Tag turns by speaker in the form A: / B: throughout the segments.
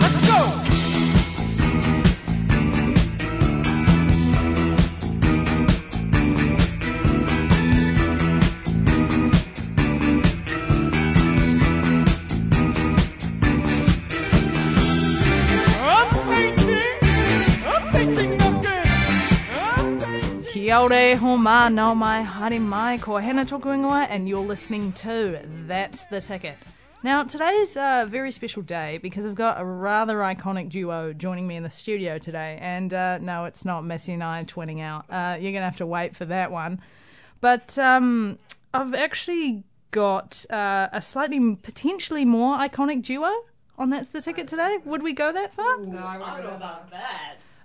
A: Let's go! I'm painting, I'm painting again. I'm painting.
B: Kia ora, homa, no mai, haere mai, ko Hannah Tokuingoa, and you're listening to That's the Ticket. Now, today's a very special day because I've got a rather iconic duo joining me in the studio today. And uh, no, it's not Missy and I twinning out. Uh, you're going to have to wait for that one. But um, I've actually got uh, a slightly, potentially more iconic duo on That's the Ticket today. Would we go that far?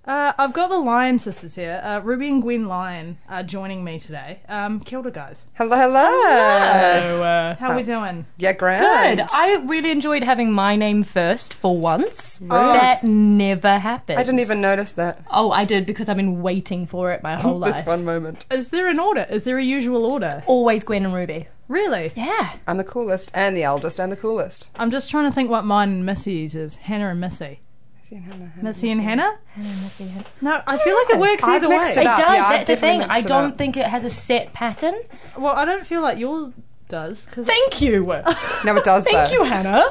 B: Uh, I've got the Lion sisters here. Uh, Ruby and Gwen Lyon are joining me today. Um, kia ora, guys.
C: Hello, hello.
B: How are we doing?
C: Yeah, grand.
D: Good. I really enjoyed having my name first for once.
C: Rude.
D: That never happened.
C: I didn't even notice that.
D: Oh, I did because I've been waiting for it my whole
C: This
D: life.
C: one moment.
B: Is there an order? Is there a usual order?
D: Always Gwen and Ruby.
B: Really?
D: Yeah.
C: I'm the coolest and the eldest and the coolest.
B: I'm just trying to think what mine and Missy's is. Hannah and Missy.
C: See you, Hannah.
B: Missy and Hannah? No, I feel like it works
C: I've
B: either
C: mixed
B: way.
C: it
D: It
C: up.
D: does.
C: Yeah, I've
D: That's the
C: definitely
D: thing. I
C: mixed it
D: don't
C: up.
D: think it has a set pattern.
B: Well, I don't feel like yours does because
D: Thank you.
C: No, it does
D: Thank
C: though.
D: you, Hannah.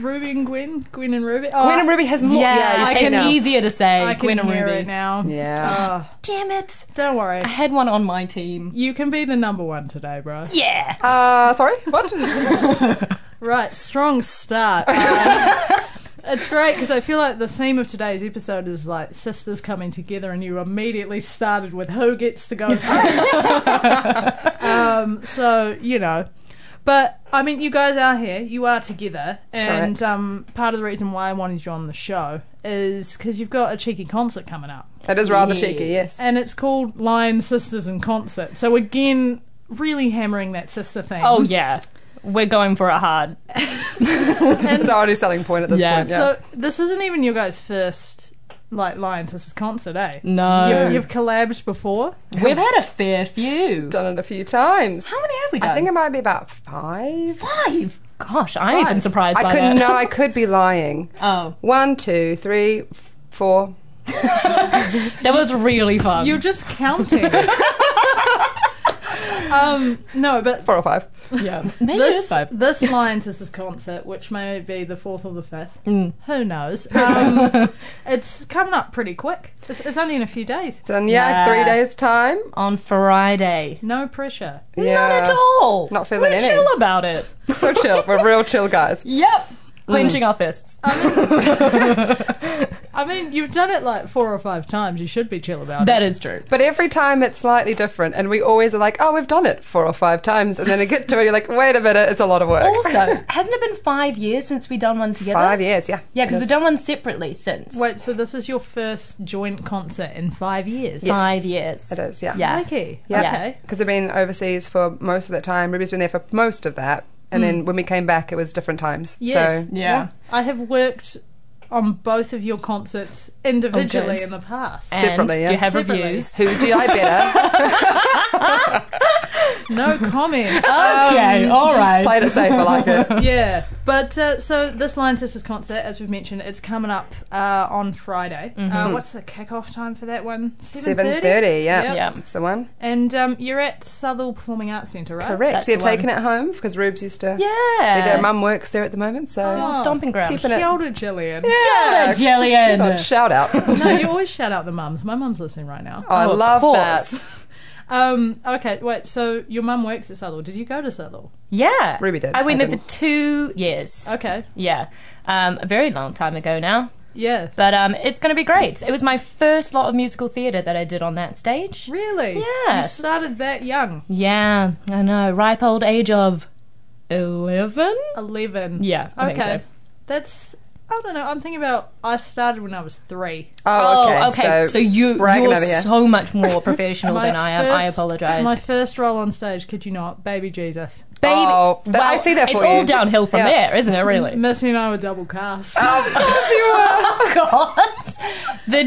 B: Ruby and Gwen, Gwen and Ruby. Oh,
C: Gwen and Ruby has more.
D: Uh, yeah,
C: you
D: it's
C: say now.
D: easier to say
B: I
D: Gwen
B: can
D: and
B: hear
D: Ruby.
B: it now.
C: Yeah.
B: Oh,
D: Damn it.
B: don't worry.
D: I had one on my team.
B: You can be the number one today, bro.
D: Yeah.
C: Uh, sorry. What?
B: Right, strong start. Um, it's great because I feel like the theme of today's episode is like sisters coming together, and you immediately started with who gets to go first. um, so you know, but I mean, you guys are here, you are together, and
C: Correct.
B: um, part of the reason why I wanted you on the show is because you've got a cheeky concert coming up,
C: that is rather cheeky. Yes.
B: and it's called Lion Sisters in Concert. So again, really hammering that sister thing.
D: Oh, yeah. We're going for it hard.
C: It's our only selling point at this
D: Yeah.
C: point. Yeah.
B: So this isn't even your guys' first like Lion Sisters concert, eh?
D: No.
B: You've, you've collabed before.
D: We've had a fair few.
C: Done it a few times.
D: How many have we done?
C: I think it might be about five.
D: Five. Gosh, I'm even surprised by
C: I could
D: that.
C: no, I could be lying.
D: Oh,
C: One, two, three, f- four.
D: that was really fun.
B: You're just counting. um, no, but
C: Four or five.
D: yeah. Maybe it is
B: this
D: five.
B: this Lion Sisters concert, which may be the fourth or the fifth,
D: Mm.
B: who knows? Um, it's coming up pretty quick. It's, it's only in a few days.
C: So yeah,
D: Yeah.
C: three days time.
D: on Friday.
B: No pressure.
C: Yeah.
D: Not at all.
C: Not feeling
D: We're
C: any.
D: chill about it.
C: So chill. We're real chill guys.
D: Yep. Uh, Clenching our fists.
B: I mean, you've done it like four or five times. You should be chill about
D: that is true.
C: But every time it's slightly different, and we always are like, oh, we've done it four or five times. And then you get to it, you're like, wait a minute, it's a lot of work.
D: Also, hasn't it been five years since we done one together?
C: five years, yeah.
D: Yeah, because
C: Yes.
D: we've done one separately since.
B: it. Wait, so this is your first joint concert in five years?
C: Yes.
D: Five years.
C: It is, yeah.
D: Yeah.
B: Okay.
C: Yeah.
B: Okay.
C: Because I've been overseas for most of that time. Ruby's been there for most of that. And then when we came back, it was different times.
B: Yes.
C: So,
D: Mm. Yeah.
B: I have worked on both of your concerts individually
D: Oh, good.
B: in the past.
D: And
C: Separately, yeah.
D: do you have
B: Separately.
D: reviews?
C: Who do you like better?
B: No comment. Um,
D: Okay, all right.
C: Played it safe, I like it.
B: yeah. But uh, so this Lion Sisters concert, as we've mentioned, it's coming up uh, on Friday.
D: Mm-hmm.
B: Uh, what's the kickoff time for that one? 7:30?
C: 7.30, yeah.
B: Yep.
D: Yeah.
C: That's the one.
B: And um, you're at Southall Performing Arts Centre, right?
C: Correct.
D: That's
C: They're
D: the one.
C: taking it home because Rubes used to...
D: Yeah.
C: Their mum works there at the moment, so...
B: Oh,
D: Stomping ground.
C: Keeping it...
B: Kia ora, Gillian.
C: Yeah.
D: Jillian.
C: God, shout out. oh,
B: No, you always shout out the mums. My mum's listening right now.
C: I
D: Oh, of
C: love
D: course.
C: that.
B: Um, okay, wait. So your mum works at Southall. Did you go to Southall?
D: Yeah.
C: Ruby did.
D: I went
C: I
D: there for two years.
B: Okay.
D: Yeah. Um, a very long time ago now.
B: Yeah.
D: But um, it's going to be great. It was my first lot of musical theatre that I did on that stage.
B: Really?
D: Yeah.
B: You started that young.
D: Yeah, I know. Ripe old age of 11?
B: Oh, 11.
D: Yeah, I
B: Okay.
D: think so.
B: That's. I don't know. I'm thinking about. I started when I was three.
C: Oh, okay. So,
D: you,
C: bragging
D: you're
C: over here.
D: so much more professional than Oh, I am. I
B: first-
D: apologise.
B: My first role on stage, could you not? Baby Jesus.
D: baby.
C: Oh, that- I
D: well,
C: see that
D: It's
C: for
D: all
C: you.
D: downhill from
C: Yeah.
D: there, isn't it? Really.
B: Missy and I were double cast.
C: Oh,
D: oh God, the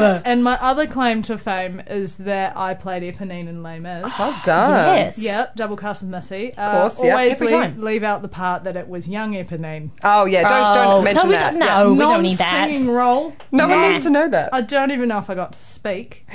B: and my other claim to fame is that I played Eponine in Les Mis.
C: Well done.
D: Yes.
B: Yep, double cast with Missy. Of
C: course, yeah.
B: Always
D: Every
B: leave,
D: time.
B: leave out the part that it was young Eponine.
C: Oh yeah. Don't
D: Oh,
C: don't mention
D: no, we
C: that.
D: don't-
C: Yeah.
D: no, Oh, we don't need that.
B: Non-singing role.
C: No one
D: Nah.
C: needs to know that.
B: I don't even know if I got to speak.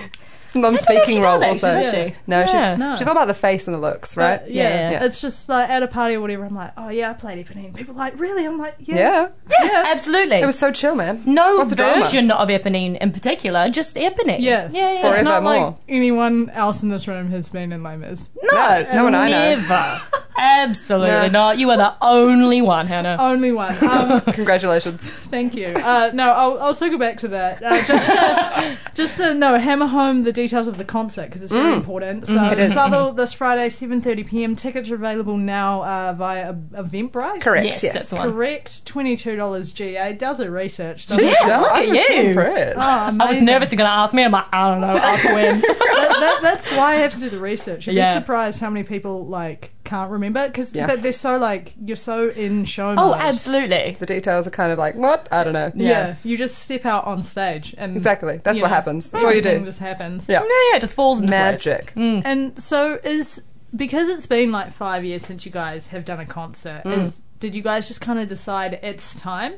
D: she
C: Non-speaking
D: does
C: role
D: actually,
C: also.
D: doesn't she?
C: No,
D: Yeah.
C: she's
B: No.
C: she's all about the face and the looks, right?
B: Uh, yeah.
D: Yeah.
B: It's just like at a party or whatever, I'm like, oh yeah, I played Eponine. People are like, really? I'm like, yeah.
C: yeah.
D: Absolutely.
C: It was so chill, man.
D: no
C: What's the drama?
D: version of Eponine in particular, just Eponine.
B: Yeah.
D: Yeah, yeah.
B: It's not like
C: Forevermore.
B: anyone else in this room has been in Les Mis.
C: No, no one I know.
D: Never. Absolutely
C: Yeah.
D: not. You are the only one, Hannah.
B: Only one. Um,
C: Congratulations.
B: Thank you. Uh, no, I'll, I'll circle back to that. Uh, just, to, just to no hammer home the details of the concert because it's very important. So
C: Mm. Mm-hmm. is.
B: Southall this Friday, seven thirty p.m. Tickets are available now uh, via Eventbrite.
C: Correct.
D: Yes,
C: Oh, yes.
D: that's the one.
B: Correct. Twenty two dollars GA does her research. Does
C: She's done.
D: look at
C: I was
D: you. Oh.
C: impressed.
D: I was nervous you're going to ask me. I'm like, I don't know. Ask when.
B: that, that, that's why I have to do the research. You'd
D: Yeah.
B: be surprised how many people like can't remember because
C: Yeah.
B: they're so like you're so in show.
D: oh,
B: mode.
D: absolutely.
C: The details are kind of like what? I don't know.
B: Yeah. you just step out on stage and
C: Exactly. That's
B: you
C: what
B: know,
C: happens.
D: Oh,
C: That's what you
B: everything
C: do.
B: Just happens.
C: Yeah.
D: Yeah, yeah. It just falls into place.
C: Magic.
B: And so is because it's been like five years since you guys have done a concert.
C: Mm.
B: Is did you guys just kind of decide it's time?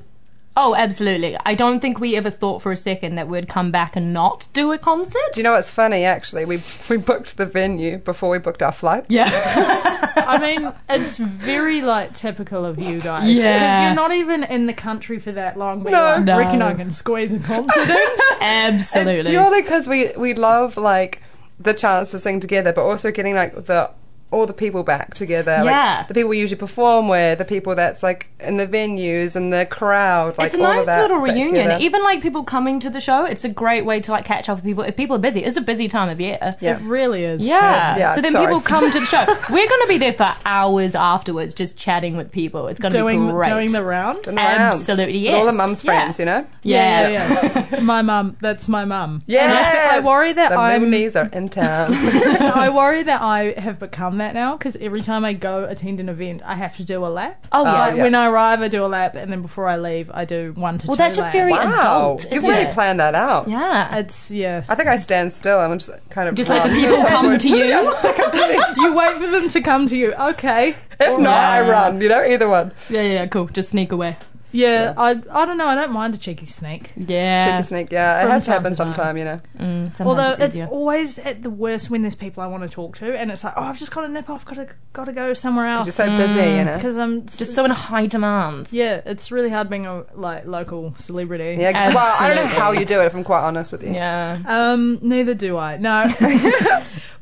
D: Oh, absolutely. I don't think we ever thought for a second that we'd come back and not do a concert.
C: Do you know what's funny? Actually, we we booked the venue before we booked our flights.
D: Yeah.
B: I mean, it's very like typical of you guys. because
D: Yeah.
B: you're not even in the country for that long. But
C: No.
B: you're like,
D: No.
B: reckon I can squeeze a concert in.
D: absolutely.
C: It's purely because we we love like the chance to sing together, but also getting like the all the people back together.
D: Yeah.
C: Like the people we usually perform with, the people that's like in the venues and the crowd. Like
D: it's a
C: all of
D: nice
C: that
D: little
C: back
D: reunion.
C: together.
D: Even like people coming to the show, it's a great way to like catch up with people. If people are busy, it's a busy time of year.
C: yeah.
B: really is.
D: Yeah.
C: Yeah,
D: So then
C: sorry.
D: people come to the show. We're going to be there for hours afterwards, just chatting with people. It's going to be
B: Doing
D: great.
B: doing the round.
C: And rounds.
D: Absolutely,
C: With all the
D: yes.
C: mum's
D: Yeah.
C: friends, you know.
D: yeah.
B: yeah, yeah. yeah. my mum. That's my mum.
C: Yeah.
B: And I, fe- I worry that
C: the
D: um,
B: I'm
C: Moonies are in town.
B: I worry that I have become that now because every time I go attend an event, I have to do a lap.
D: Oh, yeah.
B: Like,
C: yeah.
B: When I arrive, I do a lap, and then before I leave, I do one to
D: Well,
B: two.
D: that's just
B: laps.
D: very
C: wow,
D: adult.
C: you
D: isn't
C: really
D: it?
C: planned that out.
D: Yeah.
B: It's yeah.
C: I think I stand still and I'm just kind of
D: Just like
C: run.
D: the people come to you.
B: you wait for them to come to you. Okay.
C: If not, I run. You know, either one.
D: Yeah, yeah, cool. Just sneak away.
B: Yeah. I I don't know. I don't mind a cheeky sneak.
D: Yeah. Mm,
C: Cheeky sneak. Yeah, it has to
B: time
C: happen
B: to time.
C: sometime. You know.
B: Although it's always at the worst when there's people I want to talk to, and it's like, oh, I've just got to nip off. Got to got to go somewhere
C: You're
B: else
C: so busy, you know.
B: because I'm
D: just so in high demand.
B: Yeah, it's really hard being a like local celebrity.
C: Yeah, ex- well, I don't know how
D: Absolutely.
C: you do it. If I'm quite honest with you,
D: Yeah.
B: Um, neither do I. No.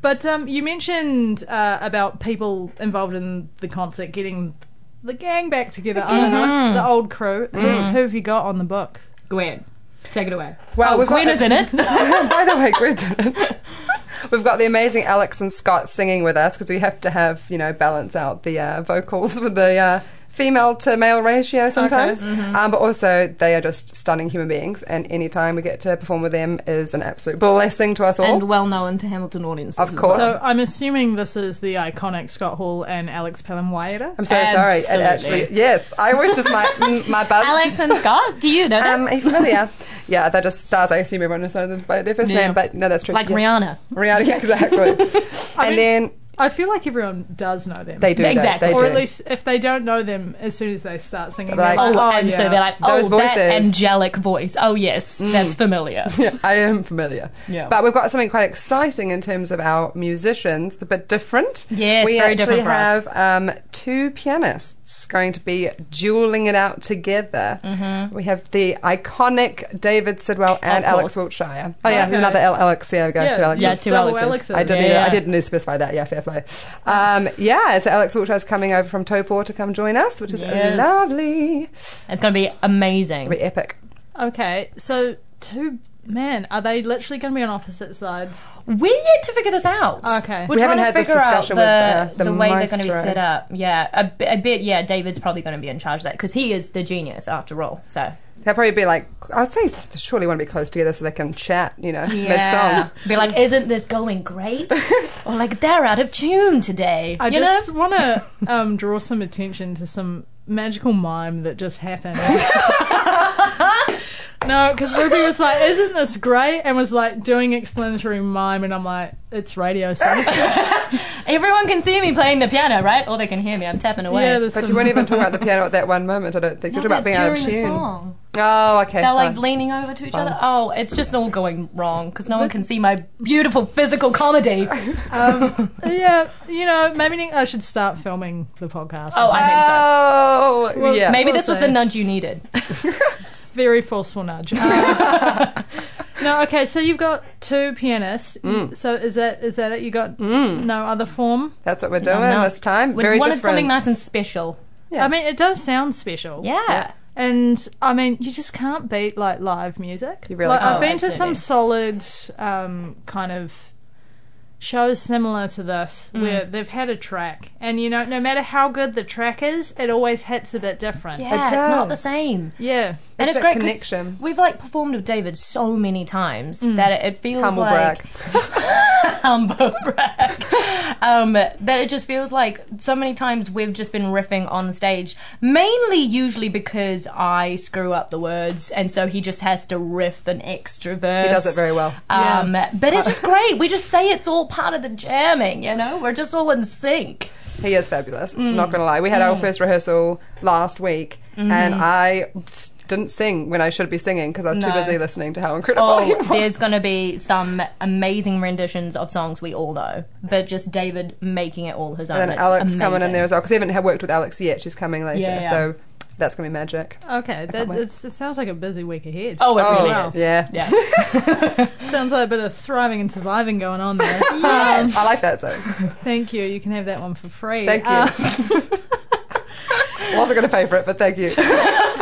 B: but um, you mentioned uh, about people involved in the concert getting the gang back together. I don't know the old crew. Who, who have you got on the books?
D: Gwen, take it away.
C: Well,
D: oh,
C: we've got-
D: Gwen is in it.
C: By the way, Grid, we've got the amazing Alex and Scott singing with us because we have to have you know balance out the uh, vocals with the. Uh, Female to male ratio sometimes,
D: Mm-hmm.
C: um, but also they are just stunning human beings, and any time we get to perform with them is an absolute blessing to us all.
D: and well known to Hamilton audiences.
C: Of course.
B: So I'm assuming this is the iconic Scott Hall and Alex Palamwaita.
C: I'm so sorry. It
D: Absolutely.
C: actually, yes, I was just my mm, my bad.
D: Alex and Scott, do you know them?
C: Um, are you familiar? yeah, they're just stars. I assume everyone knows them by their first
D: Yeah.
C: name, but no, that's true.
D: like
C: yes. Oh,
D: Rihanna.
C: Rihanna, yeah, exactly. and then
B: I feel like everyone does know them.
C: they do
D: Exactly.
C: That. They
B: or
C: do.
B: at least if they don't know them, as soon as they start singing,
C: Like-
B: they're
D: Oh,
B: like, oh,
D: and
B: yeah.
D: so they're like, oh,
C: Those
D: that
C: voices.
D: angelic voice. Oh, yes, that's familiar.
C: Yeah, I am familiar.
D: Yeah.
C: But we've got something quite exciting in terms of our musicians, a bit different.
D: Yes,
C: we
D: very
C: actually
D: different for us.
C: have um, two pianists going to be dueling it out together. Mm-hmm. We have the iconic David Sidwell and
D: Of
C: Alex
D: course.
C: Wiltshire. Oh yeah, another L- Alex. Yeah, we go
B: Yeah,
C: to Alex.
D: Yeah,
B: just
D: two
B: double
D: Alexes.
B: Alexes.
C: I did.
D: Yeah,
C: need,
D: yeah.
C: I did need to specify that. Yeah, fair play. Um, yeah, so Alex Wiltshire is coming over from Topor to come join us, which is
D: Yes.
C: lovely.
D: It's going to be amazing.
C: It'll be epic.
B: Okay, so two Man, are they literally going to be on opposite sides?
D: We're yet to figure this out.
B: Okay. We
D: We're
C: haven't
D: trying to
C: had this
D: figure out
C: discussion with uh, the- the
D: way they're going to be
C: maestro.
D: set up. Yeah, I, be- I bet. Yeah, David's probably going to be in charge of that because he is the genius after all. So
C: They'll probably be like, I'd say they surely want to be close together so they can chat, you know, mid song.
D: be like, isn't this going great? or like, they're out of tune today.
B: I
D: you
B: just
D: know?
B: want to um, draw some attention to some magical mime that just happened. no, because Ruby was like, "Isn't this great?" and was like doing explanatory mime, and I'm like, "It's radio." Sunset."
D: everyone can see me playing the piano, right? Or they can hear me. I'm tapping away.
B: yeah, there's
C: But you
B: some-
C: weren't even talking about the piano at that one moment, I don't think.
D: No,
C: You're talking
D: that's
C: about
D: during
C: being out
D: the
C: of tune.
D: song.
C: Oh, okay.
D: They're like
C: fine.
D: leaning over to each other. Oh, it's just all going wrong because no one can see my beautiful physical comedy.
B: yeah, you know, maybe ne- I should start filming the podcast.
D: Oh, I think so.
C: Oh, yeah.
D: Maybe
B: we'll
D: this was the
B: see.
D: nudge you needed.
B: very forceful nudge. Uh, no, okay, so you've got two pianists.
C: Mm.
B: So is that is that it? You got no other form?
C: That's what we're doing Oh, this time.
D: Oh, We
C: Very
D: wanted
C: different.
D: something nice and special.
C: Yeah.
B: I mean, it does sound special.
D: Yeah.
B: And I mean, you just can't beat like live music. You
C: really
B: like,
D: can't.
B: I've been
D: Oh,
B: to some solid um, kind of shows similar to this
C: Mm.
B: where they've had a track, and you know, no matter how good the track is, it always hits a bit different.
D: Yeah, it's not the
C: does.
D: same.
B: Yeah.
D: And
C: It's
D: it's,
C: that
D: great 'cause
C: connection. Mm.
D: We've like performed with David so many times that it, it feels
C: Humble
D: like
C: brag.
D: humble brag. Um, that it just feels like so many times we've just been riffing on stage, mainly usually because I screw up the words, and so he just has to riff an extra verse.
C: He does it very well.
D: Um, But it's just great. We just say it's all part of the jamming, you know? We're just all in sync.
C: He is fabulous. Not
D: Mm.
C: gonna lie. We had our first rehearsal last week, and I s- didn't sing when I should be singing because I was too
D: Mm-hmm. No.
C: busy listening to how incredible he
D: Oh,
C: was.
D: there's going to be some amazing renditions of songs we all know, but just David making it all his own.
C: and then
D: It's
C: Alex coming in
D: amazing.
C: there as well because we haven't ha- worked with Alex yet. She's coming later,
D: Yeah, Oh, yeah.
C: so that's gonna be magic.
B: Okay, that, it's, it sounds like a busy week ahead.
D: Oh, it really
B: wow.
D: is.
C: yeah.
D: Yeah.
B: sounds like a bit of thriving and surviving going on there.
D: yes.
C: I like that though.
B: Thank you. You can have that one for free.
C: Thank you.
B: Uh,
C: Wasn't gonna pay for it, but thank you.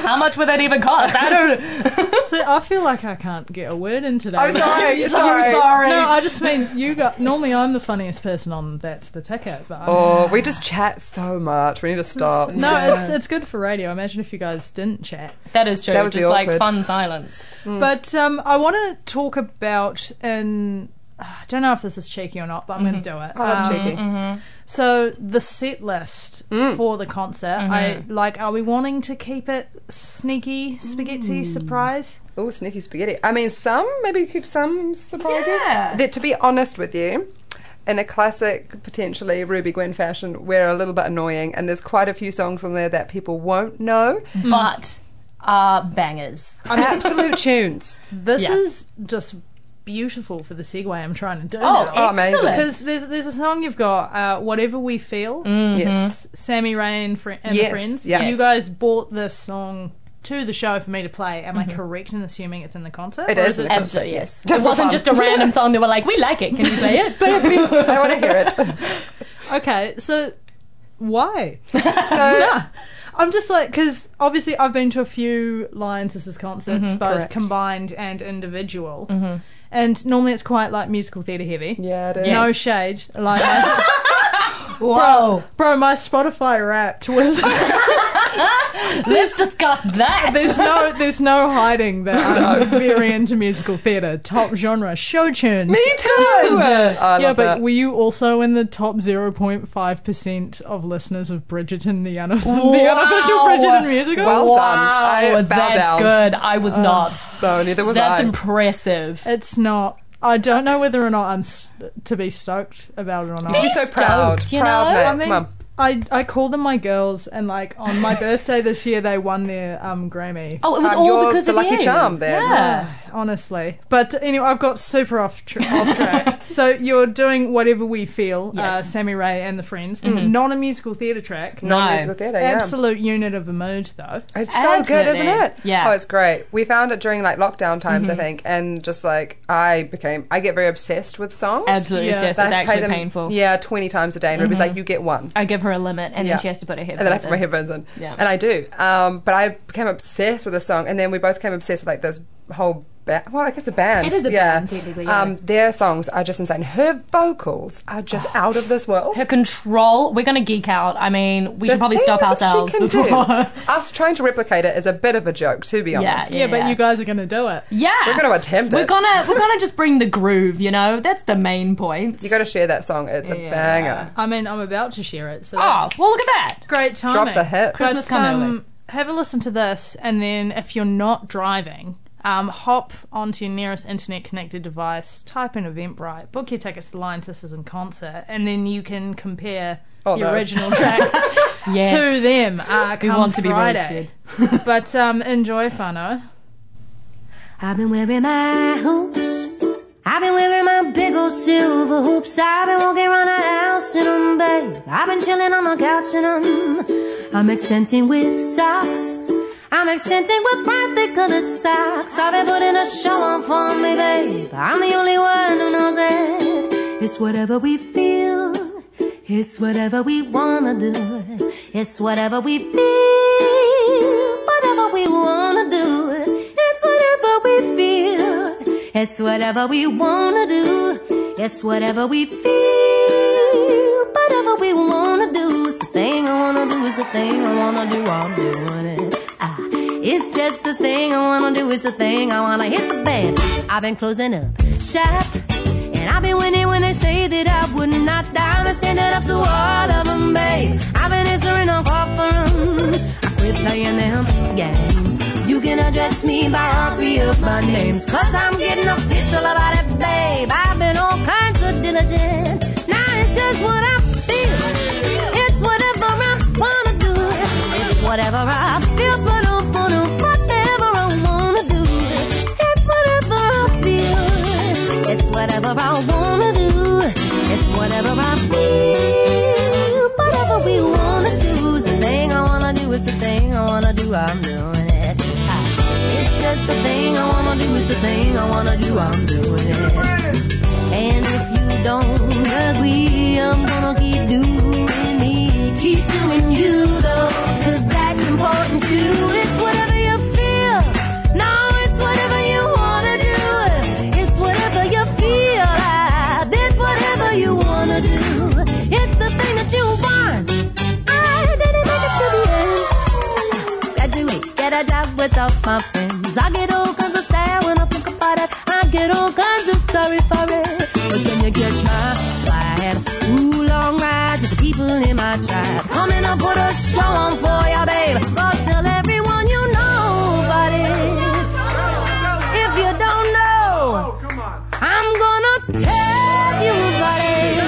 D: How much would that even cost? I don't
B: so I feel like I can't get a word in today.
C: I'm sorry.
D: I'm
C: sorry.
D: sorry.
B: No, I just mean you got. Normally, I'm the funniest person on That's the Ticket, but I'm,
C: Oh, we just chat so much. We need to stop.
B: no, it's it's good for radio. Imagine if you guys didn't chat.
D: that is true.
C: That would be
D: just like
C: awkward.
D: fun silence.
B: But um, I want to talk about and uh, I don't know if this is cheeky or not, but I'm going to do it.
C: I love
B: Um,
C: cheeky.
D: Mm-hmm.
B: So the set list for the concert, I like. Are we wanting to keep it sneaky, spaghetti surprise?
C: Oh, sneaky spaghetti. I mean, some maybe keep some surprising.
D: Yeah.
C: That, to be honest with you, in a classic, potentially Ruby Gwen fashion, we're a little bit annoying, and there's quite a few songs on there that people won't know.
D: Hmm. But are bangers.
C: Absolute tunes.
B: This
D: Yeah.
B: is just beautiful for the segue I'm trying to do.
D: Oh,
B: now.
C: Oh, amazing.
D: excellent.
B: Because there's there's a song you've got, uh, whatever we feel.
C: Mm.
D: Mm-hmm.
C: Yes.
B: Sammy Ray and, Fri and
C: Yes,
B: the friends.
C: yes.
B: You guys bought this song to the show for me to play. Am I correct in assuming it's in the concert?
C: Mm-hmm. It
B: Or
C: is in the concert.
D: Absolutely, yes.
C: Just
D: it
C: for
D: wasn't
C: fun.
D: just a random song. They were like, we like it. Can you play it? Play it, please.
C: I want to hear it.
B: Okay, so why? Nah. I'm just like because obviously I've been to a few Lion Sisters concerts, both
C: Mm-hmm, Correct. Mm-hmm.
B: combined and individual, and normally it's quite like musical theatre heavy.
C: Yeah, it is.
B: No
D: Yes.
B: shade, like I-
D: Whoa.
B: bro, my Spotify Wrapped was
D: Let's discuss that.
B: there's no there's no hiding that I'm very into musical theatre, top genre, show tunes.
C: Me too. I love
B: yeah, but
C: that.
B: were you also in the top 0.5% of listeners of Bridgerton, the, unof- the
D: Wow.
B: unofficial Bridgerton musical?
C: Well
D: wow,
C: done. I bow
D: that's
C: down.
D: good. I was not.
C: no, neither was
D: That's
C: I.
D: impressive.
B: it's not. I don't know whether or not I'm s to be stoked about it or not.
C: Be so proud.
D: stoked, you
C: proud,
D: know?
C: mate.
D: I
B: I mean,
C: Come on.
B: I, I call them my girls, and like on my birthday this year, they won their um, Grammy.
D: Oh, it was
C: Um,
D: all
C: you're
D: because
C: the
D: of
C: lucky
D: you.
C: charm there.
D: Yeah.
B: honestly. But anyway, I've got super off, tr- off track. so you're doing whatever we feel, uh,
D: Yes. Mm-hmm.
B: Sammy Ray and the Friends, not a musical theatre track.
C: Non-musical theatre, yeah.
B: Absolute unit of a mood, though.
C: It's so good, isn't
D: Absolutely.
C: it?
D: Yeah. Mm-hmm.
C: Oh, it's great. We found it during like lockdown times, I think, and just like I became, I get very obsessed with songs.
D: Absolutely,
B: Yeah.
D: yeah, it's
C: So I have to play
D: actually
C: them,
D: painful. Mm-hmm.
C: Yeah, twenty times a day, and Ruby's like, "You get one."
D: I give her a limit, and
C: Yeah.
D: then she has to put her headphones
C: and then I put my
D: in.
C: headphones in.
D: Yeah.
C: And I do. Um, but I became obsessed with this song, and then we both became obsessed with like this whole band. Well, I guess a band.
D: It is a
C: yeah.
D: band, technically, yeah.
C: Um, their songs are just insane. Her vocals are just out of this world.
D: Oh. Her control. We're gonna geek out. I mean, we should probably
C: The
D: stop
C: things that she
D: ourselves
C: can do.
D: before.
C: Us trying to replicate it is a bit of a joke, to be
D: Yeah,
C: honest.
B: Yeah, but you guys are going to do it.
D: Yeah,
C: We're gonna attempt
D: We're
C: it.
D: gonna we're gonna just bring the groove. You know, that's the main point.
C: You got to share that song. It's a
D: Yeah.
C: banger.
B: I mean, I'm about to share it, so
D: oh,
B: that's
D: well, look at that.
B: great timing.
C: the hit.
B: But,
D: Christmas come early.
B: um, have a listen to this, and then if you're not driving, um, hop onto your nearest internet connected device, type in Eventbrite, book your tickets to the Lion Sisters in concert, and then you can compare
C: Oh,
B: the
C: no.
B: original track
D: Yes.
B: to them. Uh,
D: We
B: come
D: want to be
B: Friday. roasted. but um, enjoy, Fano.
E: I've been wearing my hoops. I've been wearing my big old silver hoops. I've been walking around the house in 'em, babe. I've been chilling on the couch in 'em. I'm accenting with socks. I'm accenting with brightly colored socks. I've been putting a show on for me, babe. I'm the only one who knows it. It's whatever we feel. It's whatever we wanna do. It's whatever we feel. Whatever we wanna do. It's whatever we feel. It's whatever we wanna do. It's whatever we feel. Whatever we wanna do. It's the thing I wanna do. It's the thing I wanna do. I'm doing it. Ah, it's just the thing I wanna do. It's the thing I wanna hit the bed. I've been closing up shop. And I've been winning when they say that I would not. I've been standing up to all of them, babe. I've been answering off offers. I quit playing them games. You can address me by all three of my names. Cause I'm getting official about it, babe. I've been all kinds of diligent. Now it's just what I feel. It's whatever I wanna do. It's whatever I feel, but I wanna, whatever I wanna do. It's whatever I feel. It's whatever I wanna do. It's whatever I feel. Whatever we wanna do. It's the thing I wanna do. It's the thing I wanna do. I'm doing it. It's just the thing I wanna do. It's the thing I wanna do. I'm doing it. And if you don't agree, I'm gonna keep doing me, keep doing you though, cause that's important too. It's whatever you feel. No, it's whatever you wanna do. It's whatever you feel. Ah, That's whatever you wanna do. It's the thing that you want. I did it make it to the end graduate, get a job with all my friends. I get all kinds of sad when I think about it. I get all kinds of sorry for it. But then you catch my vibe. Ooh, long rides with the people in my tribe. Come and I'll put a show on for ya, babe. Go tell everyone you know about it. If you don't know, I'm gonna tell you about it.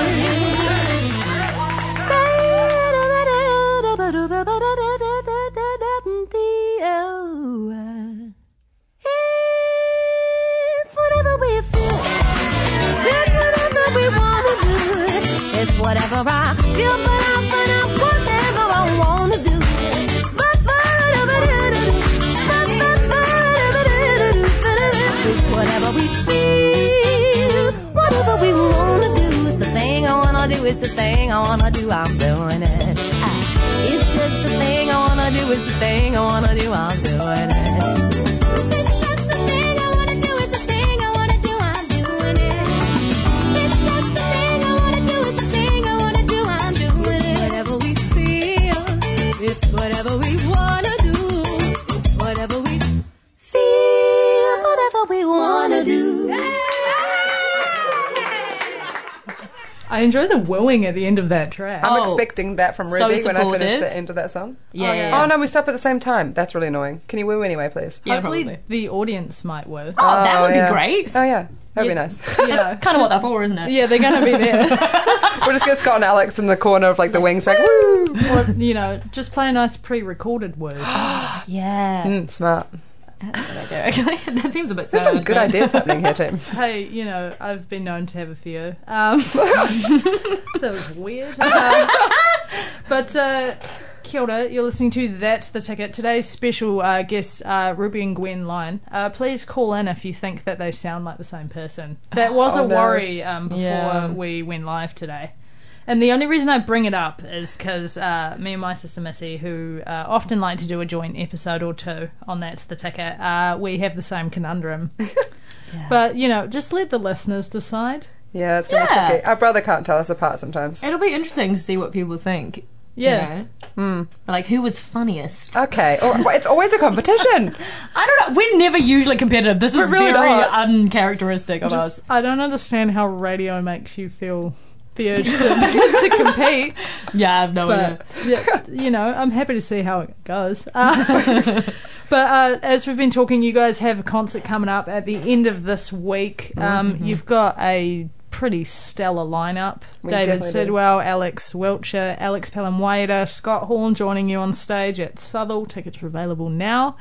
E: It's whatever we feel. It's whatever we wanna do. It's whatever I feel, but I find out whatever I wanna do. It's whatever we feel, whatever we wanna do. It's the thing I wanna do. It's the thing I wanna do. I'm doing it. Ah, It's just the thing I wanna do. It's the thing I wanna do. I'm doing it. It's just the thing I wanna do. It's the thing I wanna do. I'm doing it. It's just the thing I wanna do. It's the thing I wanna do. I'm doing it. Whatever we feel, it's whatever we wanna do. It's whatever we feel, whatever we wanna do.
B: I enjoy the wooing at the end of that track.
C: I'm
D: Oh,
C: expecting that from
D: so
C: Ruby when I finish
D: supportive.
C: the end of that song.
D: Yeah.
C: Oh,
D: yeah, yeah.
C: no, we stop at the same time. That's really annoying. Can you woo anyway, please?
D: Yeah,
B: Hopefully,
D: probably.
B: the audience might woo.
D: Oh, that
C: Oh,
D: would
C: yeah.
D: be great.
C: Oh yeah, that'd
B: Yeah.
C: be nice.
B: You know.
D: Kind of what they're for, isn't it?
B: Yeah, they're going to be there.
C: we'll just get Scott and Alex in the corner of like the wings, like woo.
B: or, you know, just play a nice pre-recorded word.
D: Yeah.
C: Mm, smart.
D: Okay, actually, that seems a bit.
C: Mm. There's
D: sad,
C: some good
D: but-
C: ideas happening here, team.
B: hey, you know, I've been known to have a few. Um, that was weird. Um, but uh, kia ora, you're listening to That's the Ticket. Today's special uh, guests are Ruby and Gwen Lyon. Uh, please call in if you think that they sound like the same person. That was
C: Oh,
B: a
C: no.
B: worry um, before
D: Yeah.
B: we went live today. And the only reason I bring it up is because uh, me and my sister Missy, who uh, often like to do a joint episode or two on That's the Ticket, uh, we have the same conundrum. But, you know, just let the listeners decide.
C: Yeah, it's gonna
D: Yeah.
C: be tricky. Our brother can't tell us apart sometimes.
D: It'll be interesting to see what people think.
B: Yeah.
D: You know?
C: Mm.
D: Like, who was funniest?
C: Okay, oh, it's always a competition.
D: I don't know. We're never usually competitive. This is
C: We're really
D: very
C: not.
D: uncharacteristic of
B: Just-
D: us.
B: I don't understand how radio makes you feel the urge to, to compete.
D: Yeah, I have no idea.
B: but yeah, you know, I'm happy to see how it goes. Uh, but uh, as we've been talking, you guys have a concert coming up at the end of this week. Um,
C: Mm-hmm.
B: You've got a pretty stellar lineup: David
C: definitely do.
B: Sidwell, Alex Welcher, Alex Palamweda, Scott Horn joining you on stage at Southall. Tickets are available now.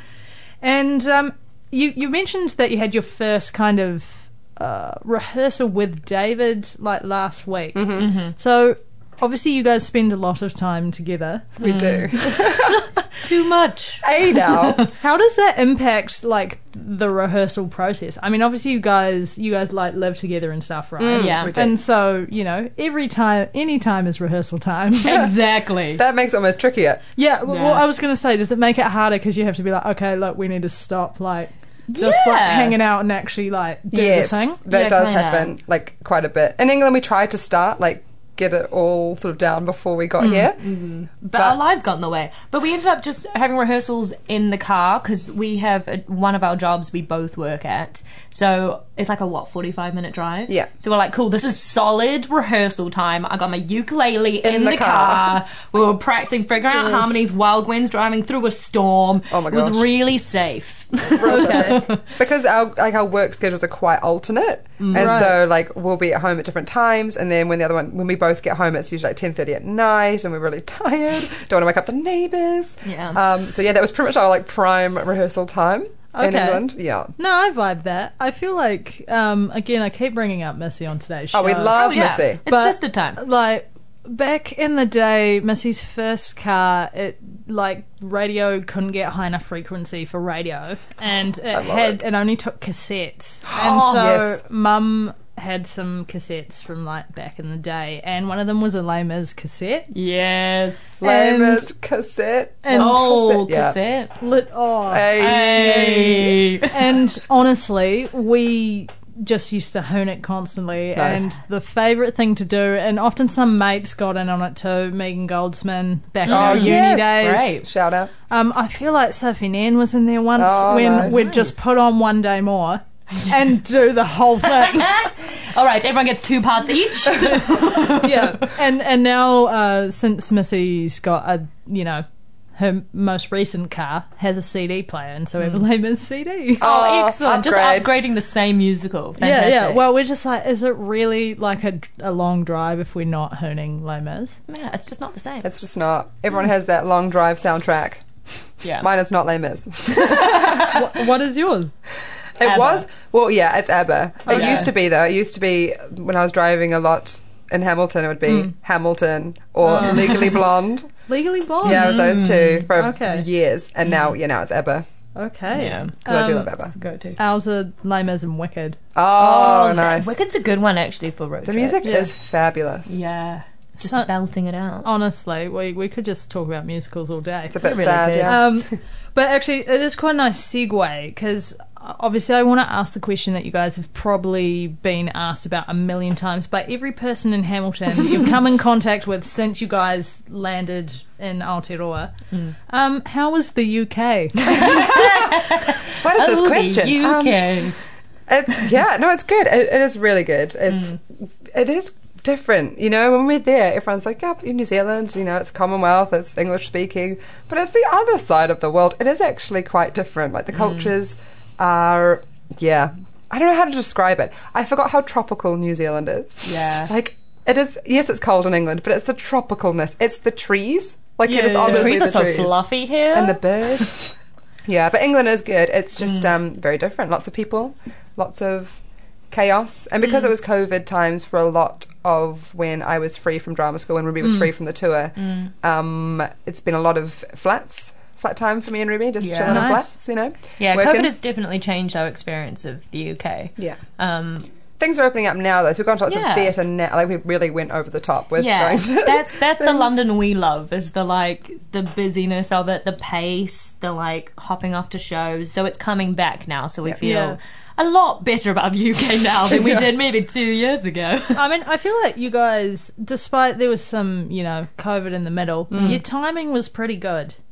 B: And um, you you mentioned that you had your first kind of uh, rehearsal with David like last week.
C: Mm-hmm.
B: So obviously you guys spend a lot of time together.
C: We do.
D: Hmm. Too much.
C: Hey now,
B: How does that impact like the rehearsal process? I mean, obviously you guys you guys like live together and stuff, right?
C: Mm.
D: yeah. we do.
B: And so you know, every time any time is rehearsal time.
D: Exactly.
C: that makes it almost trickier.
B: yeah. w- Well,
D: Yeah.
B: I was gonna say, does it make it harder because you have to be like, okay, look, we need to stop, like. Just like
D: Yeah.
B: hanging out and actually like do
C: yes,
B: the thing.
C: that
D: Yeah,
C: does
D: kinda.
C: happen like quite a bit. In England, we tried to start like get it all sort of down before we
D: Hmm.
C: got here.
D: but, our lives got in the way. But we ended up just having rehearsals in the car because we have a, one of our jobs we both work at. So it's like a what forty five minute drive.
C: Yeah.
D: So we're like, cool. This is solid rehearsal time. I got my ukulele in,
C: In
D: the,
C: the
D: car.
C: car.
D: We were practicing, figuring out harmonies while Gwen's driving through a storm.
C: Oh my
D: It was
C: gosh.
D: really safe.
C: because our like our work schedules are quite alternate,
B: Mm.
C: and so like we'll be at home at different times, and then when the other one when we both get home, it's usually like ten thirty at night, and we're really tired, don't want to wake up the neighbours.
D: Yeah.
C: Um, so yeah, that was pretty much our like prime rehearsal time in
B: Okay.
C: England. Yeah.
B: No, I vibe that. I feel like, um, again, I keep bringing up Missy on today's show.
C: Oh, we love
D: Oh, yeah.
C: Missy.
D: It's sister time.
B: Like back in the day, Missy's first car, it like radio couldn't get high enough frequency for radio, and it had it. only took cassettes, and
D: Oh.
B: so
C: Yes.
B: Mum had some cassettes from like back in the day, and one of them was a Les Mis cassette.
D: Yes.
C: Lame
B: And-
C: as cassette.
B: And
D: Oh,
C: yeah.
D: cassette.
B: lit oh.
C: Hey.
B: and honestly, we just used to hone it constantly.
C: Nice.
B: And the favourite thing to do, and often some mates got in on it too, Megan Goldsman back in our uni
C: Oh, yes,
B: days.
D: great.
C: Shout out.
B: Um, I feel like Sophie Nan was in there once
C: Oh,
B: when
C: nice.
B: we'd just put on one day more. and do the whole thing,
D: All right, everyone get two parts each.
B: yeah. And and now uh, since Missy's got a you know her most recent car has a CD player, and so we have a Lehman CD.
D: Oh, excellent.
C: upgrade.
D: Just upgrading the same musical.
B: Yeah,
D: Fantastic.
B: yeah. Well, we're just like, is it really like a, a long drive if we're not honing Lomas?
D: Yeah, it's just not the same.
C: It's just not. Everyone
B: Mm.
C: has that long drive soundtrack.
D: yeah.
C: Mine is not Les Mis.
B: What is yours?
C: It
D: ABBA.
C: was well, yeah, it's ABBA. It
D: Okay.
C: used to be though. It used to be when I was driving a lot in Hamilton. It would be Hamilton or Legally Blonde.
B: Legally Blonde.
C: Yeah, it was those two for
B: Oh, Okay.
C: years, and now yeah, now it's ABBA
B: Okay.
D: Yeah.
C: because I do
B: Um,
C: love ABBA.
D: Go to.
B: Ours are Lomas and Wicked.
C: Oh, nice.
D: Wicked's a good one actually for road
C: The music
D: trips.
C: is fabulous.
D: Yeah. Just
B: So-
D: belting it out.
B: Honestly, we, we could just talk about musicals all day.
C: It's a bit
D: Really
C: sad.
D: good.
C: Yeah.
B: um, but actually, it is quite a nice segue because obviously, I want to ask the question that you guys have probably been asked about a million times by every person in Hamilton you've come in contact with since you guys landed in Aotearoa. Um, how was the UK?
C: what is
D: Oh,
C: this
D: the
C: question? Um,
D: UK.
C: It's yeah, no, it's good. It, it is really good. It's
D: Mm.
C: it is different. You know, when we're there, everyone's like, "Yeah, but you're New Zealand. You know, it's Commonwealth. It's English speaking." But it's the other side of the world. It is actually quite different. Like the
D: Mm.
C: cultures are, yeah. I don't know how to describe it. I forgot how tropical New Zealand is.
D: Yeah.
C: like it is. Yes, it's cold in England, but it's the tropicalness. It's the trees. Like
B: Yeah,
C: it
B: yeah,
C: is
B: yeah.
D: the
C: obviously
D: trees
C: the
D: are so
C: trees
D: fluffy here.
C: and the birds. yeah, but England is good. It's just
D: Mm.
C: um, very different. Lots of people, lots of chaos, and
D: Mm.
C: because it was COVID times for a lot of when I was free from drama school and Ruby
D: Mm.
C: was free from the tour, um, it's been a lot of flats. Flat time for me and Ruby, just
D: Yeah.
C: chilling in
B: Nice.
C: flats, you know.
D: yeah,
C: working.
D: COVID has definitely changed our experience of the UK.
C: Yeah.
D: Um,
C: Things are opening up now, though. So we've gone to lots
D: Yeah.
C: of theatre now. Like we really went over the top with
D: Yeah,
C: going to.
D: that's that's the
C: things.
D: London we love. Is the like the busyness of it, the pace, the like hopping off to shows. So it's coming back now. So we feel
B: Yeah.
D: a lot better about UK now than we
C: Yeah.
D: did maybe two years ago.
B: I mean, I feel like you guys, despite there was some, you know, COVID in the middle, your timing was pretty good.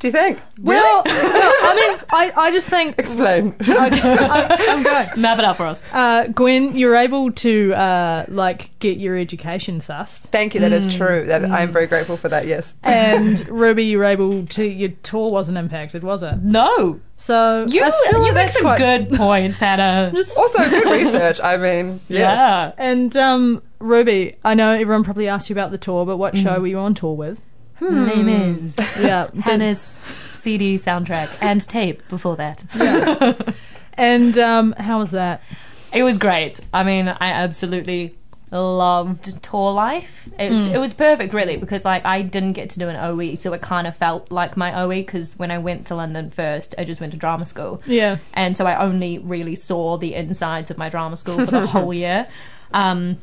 C: Do you think?
B: Well, I mean, I, I just think
C: Explain.
B: I, I'm going.
D: Map it up for us.
B: Uh, Gwen, you're able to uh, like get your education sussed,
C: Thank you. That
D: Mm.
C: is true. That I am very grateful for that. Yes.
B: and Ruby, you're able to. Your tour wasn't impacted, was it?
D: No,
B: So
D: you
B: I feel
D: you
B: like
D: make
B: that's
D: some
B: quite
D: good points, Hannah.
B: Just,
C: Also, good research. I mean, yes.
D: Yeah.
B: and um, Ruby, I know everyone probably asked you about the tour, but
D: Mm.
B: what show were you on tour with?
D: Name is
B: Mm. Yeah, but-
D: Hannah's CD soundtrack and tape before that.
B: and um, how was that?
D: It was great. I mean, I absolutely loved tour life. It was,
B: Mm.
D: it was perfect, really, because like I didn't get to do an OE, so it kind of felt like my OE. Because when I went to London first, I just went to drama school,
B: Yeah,
D: and so I only really saw the insides of my drama school for the whole year. Um,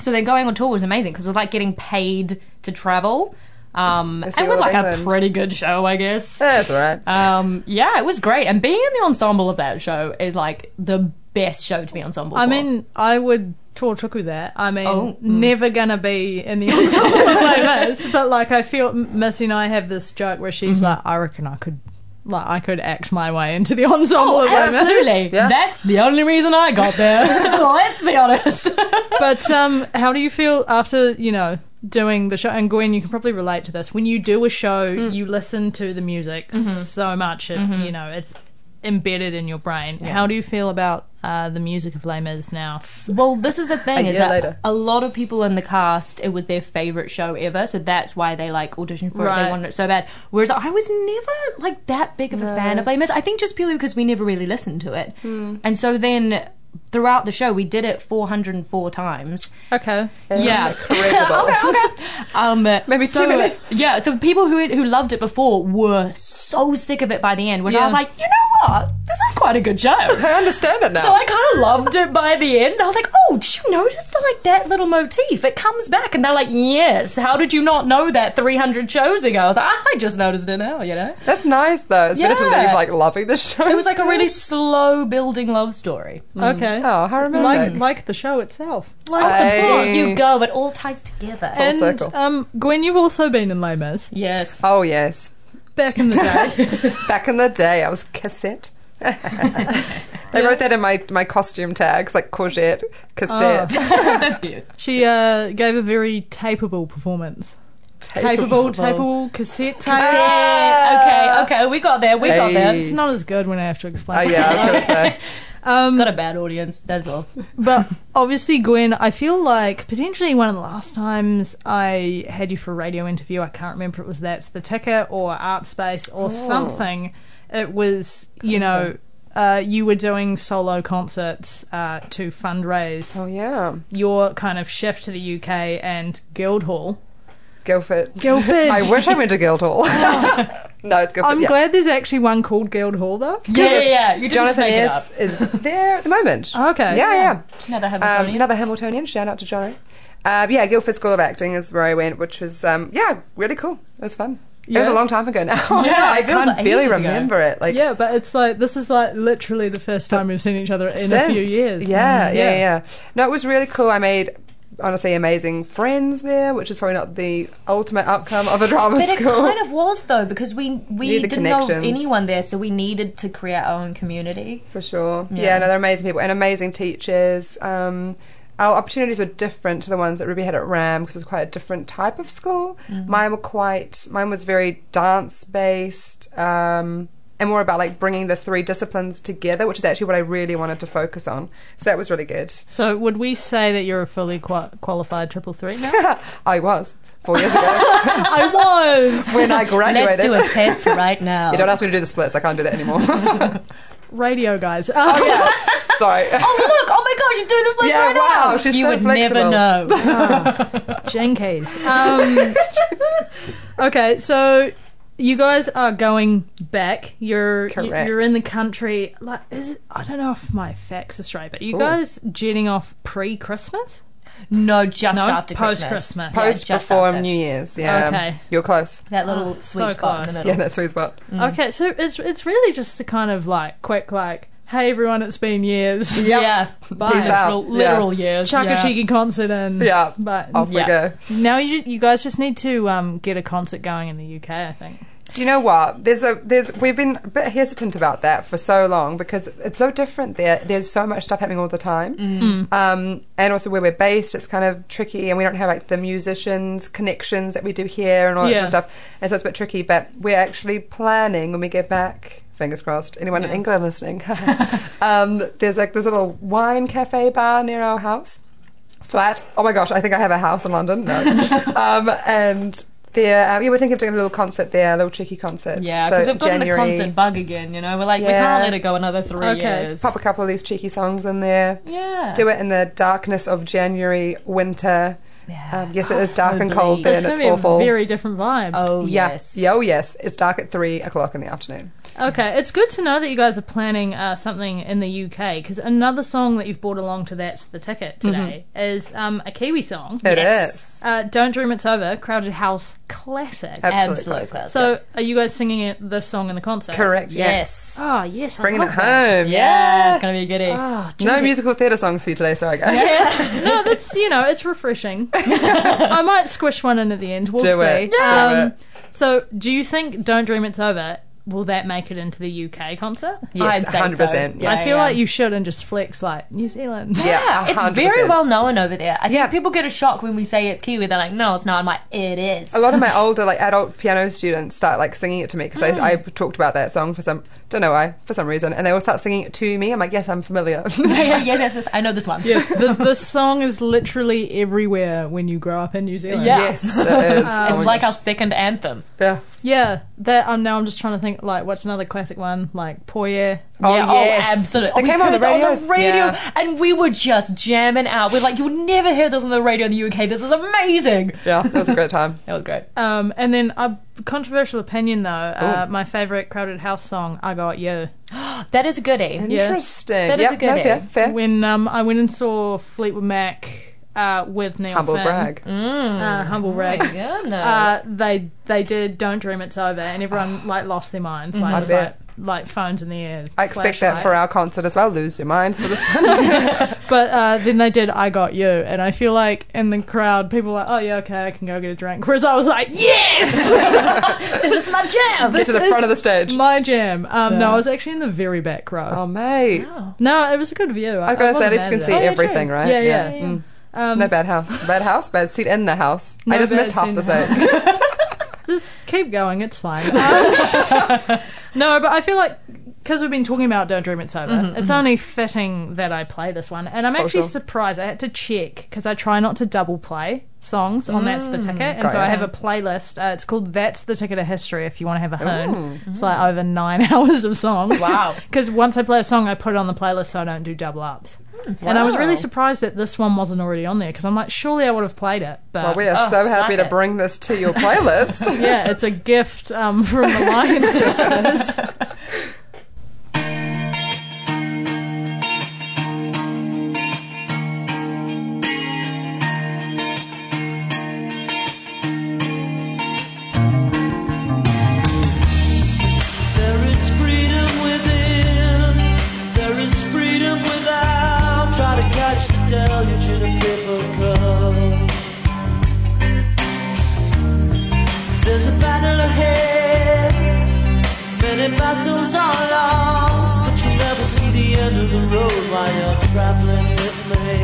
D: so then going on tour was amazing because it was like getting paid to travel. Um,
C: see
D: and with
C: all
D: like a
C: England.
D: pretty good show, I guess.
C: That's all right.
D: Um, yeah, it was great, and being in the ensemble of that show is like the best show to be ensemble.
B: I
D: for.
B: mean, I would tour Chuck with that. I mean,
D: Oh, mm.
B: never gonna be in the ensemble like Miss, but like I feel M- Missy and I have this joke where she's
D: Mm-hmm.
B: like, I reckon I could, like, I could act my way into the
D: Oh,
B: ensemble of like Miss."
D: Absolutely.
C: Yeah.
D: That's the only reason I got there. Let's be honest.
B: But um, how do you feel after you know doing the show? And Gwen, you can probably relate to this. When you do a show, you listen to the music so much, it, you know, it's embedded in your brain. How do you feel about uh, the music of Les Mis now?
D: well, this is the thing
C: A
D: is
C: year
D: that
C: later.
D: a lot of people in the cast, it was their favorite show ever, so that's why they like auditioned for it.
B: Right.
D: They wanted it so bad. Whereas I was never like that big of a fan of Les Mis. I think just purely because we never really listened to it,
C: Hmm.
D: and so then. Throughout the show, we did it 404 times.
B: Okay,
D: Yeah,
C: Incredible.
D: Um,
C: Maybe
D: so,
C: two minutes.
D: Yeah, so people who who loved it before were so sick of it by the end, which I was
B: Yeah.
D: like, you know what? This is quite a good show.
C: I understand it now.
D: So I kind of loved it by the end. I was like, oh, did you notice that, like that little motif? It comes back, and they're like, yes. How did you not know that 300 shows ago? I was like, I just noticed it now, you know.
C: That's nice though. It's better to
D: Yeah.
C: leave like loving the show.
D: It was like a really slow building love story.
B: okay,
C: oh how romantic.
B: like Mm. like the show itself. Like
C: I-
D: Look, you go. It all ties together.
B: And
C: circle.
B: um, Gwen, you've also been in Les Mis
D: yes.
C: oh yes.
B: back in the day.
C: Back in the day, I was cassette. they wrote that in my, my costume tags, like courgette, cassette.
D: Oh. That's cute.
B: she uh, gave a very tapeable performance. Capable, tapeable, cassette tape.
D: Yeah, okay, okay. We got there. We got there.
C: Hey.
B: It's not as good when I have to explain.
C: Oh yeah, I was going to say.
D: It's got a bad audience. That's all.
B: But obviously, Gwen, I feel like potentially one of the last times I had you for a radio interview, I can't remember if it was that's the ticker or art space
D: Oh.
B: or something. It was, you know, uh, you were doing solo concerts uh, to fundraise
C: Oh yeah,
B: your kind of shift to the UK and Guildhall.
C: Guildford.
B: Guildford.
C: I wish I went to Guildhall. no, it's Guildford.
B: I'm
C: yeah.
B: glad there's actually one called Guildhall though.
D: Yeah, yeah, yeah. You didn't
C: Jonathan
D: just make it up.
C: S is there at the moment.
B: Okay.
C: Yeah, yeah.
D: Another
C: Um,
D: Hamiltonian.
C: another Hamiltonian. Shout out to Jono. Uh, yeah, Guildford School of Acting is where I went, which was um, yeah, really cool. It was fun. It was
B: Yeah.
C: a long time ago now.
D: Yeah,
C: I
D: it feels
C: can't
D: like
C: barely
D: ages ago.
C: remember it. Like
B: Yeah, but it's like this is like literally the first time we've seen each other in a few
C: since.
B: years.
C: Yeah,
B: Mm,
D: Mm-hmm.
C: yeah, yeah, No, it was really cool. I made honestly amazing friends there, which is probably not the ultimate outcome of a drama
D: But it
C: school.
D: kind of was though because we we
C: Need the
D: didn't know
C: connections.
D: anyone there, so we needed to create our own community.
C: for sure. Yeah.
D: Yeah.
C: no, they're amazing people and amazing teachers. Um, our opportunities were different to the ones that Ruby had at Ram because it was quite a different type of school.
D: Mm-hmm.
C: Mine were quite, mine was very dance based um, and more about like bringing the three disciplines together, which is actually what I really wanted to focus on. So that was really good.
B: So would we say that you're a fully qua qualified triple three now?
C: I was four years ago
B: I was
C: when I graduated.
D: Let's do a test right now.
C: You don't ask me to do the splits. I can't do that anymore.
B: radio guys.
C: Oh, Sorry.
D: oh look! Oh my gosh, she's doing this place
C: Yeah,
D: right
C: wow,
D: now.
C: she's
D: you
C: so
D: would never
C: flexible.
D: know.
B: Jenkies. Um, okay, so you guys are going back. You're you-
C: Correct.
B: you're in the country. Like, is it, I don't know if my facts are straight, but are you guys jetting off pre Christmas?
D: No, just
B: No,
D: after Christmas.
B: post-Christmas.
D: Yeah,
C: Post
D: just
C: before
D: after.
C: New Year's. Yeah.
B: Okay.
C: You're close.
D: That little sweet
B: so
D: spot in
B: close.
D: the
C: Yeah,
D: middle.
C: that's where it's what.
B: Okay, so it's it's really just a kind of like quick like, hey everyone, it's been years.
C: Yep.
D: Yeah.
C: Peace
D: Literal,
C: out.
D: literal years.
B: Chuck
D: yeah.
B: a cheeky concert and
C: Yeah.
B: but
C: Off we
D: Yeah.
C: go.
B: now you you guys just need to um, get a concert going in the UK. I think
C: Do you know what? There's a there's we've been a bit hesitant about that for so long because it's so different there. There's so much stuff happening all the time, um, and also where we're based, it's kind of tricky, and we don't have like the musicians connections that we do here and all that
B: Yeah.
C: sort of stuff, and so it's a bit tricky. But we're actually planning when we get back. Fingers crossed. Anyone in England listening? um, there's like this little wine cafe bar near our house flat. Oh my gosh, I think I have a house in London. No. um, and there, um, yeah, we're thinking of doing a little concert there, a little cheeky concert.
D: Yeah, because
C: So
D: we've gotten
C: January,
D: the concert bug again, you know? We're like, we
C: Yeah.
D: can't let it go another three
B: Okay,
D: years.
C: Pop a couple of these cheeky songs in there.
D: yeah.
C: Do it in the darkness of January winter.
D: Yeah.
C: Um, yes, it
D: Oh,
C: is dark
D: so
C: and cold
D: bleak.
C: there,
D: It's
C: and
B: gonna
C: it's
B: be
C: awful.
B: a very different vibe.
D: Oh,
C: yeah.
D: yes.
C: Yeah, Oh yes, it's dark at three o'clock in the afternoon.
B: Okay, it's good to know that you guys are planning uh, something in the UK because another song that you've brought along to that's the ticket
C: Mm-hmm.
B: today is um, a Kiwi song.
C: It is
B: Uh, Don't Dream It's Over, Crowded House classic.
C: absolutely.
D: Absolutely. classic.
B: so, are you guys singing it, this song in the concert?
C: correct. Yes,
D: yes.
B: Oh, yes. I
C: bringing it
B: love
C: home.
B: that.
D: Yeah,
C: Yeah.
D: it's going to be a goodie.
B: Oh,
C: No
B: Ginger-
C: musical theatre songs for you today, sorry guys.
B: No, that's, you know, it's refreshing. I might squish one in at the end. We'll
C: Do
B: see.
C: it. Do
B: Um,
C: it.
B: So, do you think Don't Dream It's Over will that make it into the UK concert?
C: Yes,
D: I'd say so.
C: 100%. Yeah.
B: I feel
D: yeah.
B: like you should and just flex like New Zealand.
C: Yeah,
D: It's
C: 100%.
D: very well known over there. I
C: Yeah.
D: think people get a shock when we say it's Kiwi. They're like, no, it's not. I'm like, it is.
C: a lot of my older like adult piano students start like singing it to me because I, I talked about that song for some don't know why for some reason and they all start singing it to me i'm like yes i'm familiar
D: yes, yes, yes. I know this one.
B: Yes, the, the song is literally everywhere when you grow up in New Zealand.
D: Yeah.
C: yes it is Oh my
D: It's like
C: gosh.
D: our second anthem.
C: yeah.
B: yeah. That um, now I'm just trying to think like what's another classic one like Poye.
C: oh
D: yeah,
C: yes
D: oh, absolutely.
C: they
D: we
C: came on the
D: heard that
C: radio,
D: on the radio,
C: Yeah.
D: and we were just jamming out. We're like, you would never hear this on the radio in the UK. This is amazing.
C: yeah that was a great time
D: That was great.
C: Ah.
B: Um, and then a controversial opinion though, uh, my favorite Crowded House song, "I Got You."
D: That is a goodie.
C: interesting
D: That is
C: Yep,
D: a goodie.
C: no, fair, fair.
B: When um, I went and saw Fleetwood Mac uh, with Neil
C: humble
B: Finn,
C: brag
B: uh, humble brag.
D: Goodness.
B: Uh, they they did "Don't Dream It's Over" and everyone like lost their minds. Like, it was, like
C: bet.
B: like phones in the air.
C: Ah. Mm-hmm. i expect that for our concert as well lose your minds for this one
B: But uh, then they did "I Got You," and I feel like in the crowd, people were like, "Oh yeah, okay, I can go get a drink." Whereas I was like, "Yes,
D: this is my jam.
C: get to the front of the stage
B: my jam." Um, No, I was actually in the very back row.
C: oh mate
B: No, it was a good view. I,
C: i was gonna
B: wasn't
C: say at least you
B: mad
C: can see
B: at it. Oh,
C: everything right
B: Yeah, yeah.
C: Mm.
B: Um,
C: no bad house bad house bad seat in the house i
B: No
C: just
B: bad
C: missed half
B: seat
C: the
B: in the
C: stage
B: Just keep going. It's fine. no, but I feel like because we've been talking about "Don't Dream It's Over," it's only fitting that I play this one. And I'm actually
C: Mm-hmm, Oh, sure.
B: surprised. I had to check because I try not to double play songs on "That's the Ticket," and
C: Got
B: so
C: ya.
B: I have a playlist. Uh, it's called "That's the Ticket of History." If you want to have a hoon,
C: Mm-hmm.
B: it's like over nine hours of songs.
D: Wow.
B: Because once I play a song, I put it on the playlist so I don't do double ups.
C: Mm,
B: And I was really surprised that this one wasn't already on there because I'm like, surely I would have played it. But
C: Well, we are
D: Oh,
C: so
D: suck
C: happy to
D: it.
C: bring this to your playlist.
B: yeah, it's a gift um, from the Lion Sisters.
F: There is freedom within. There is freedom without. Try to catch the deluge in a paper cup. There's a battle ahead. Many battles are lost, but you never see the end of the road while you're traveling with me.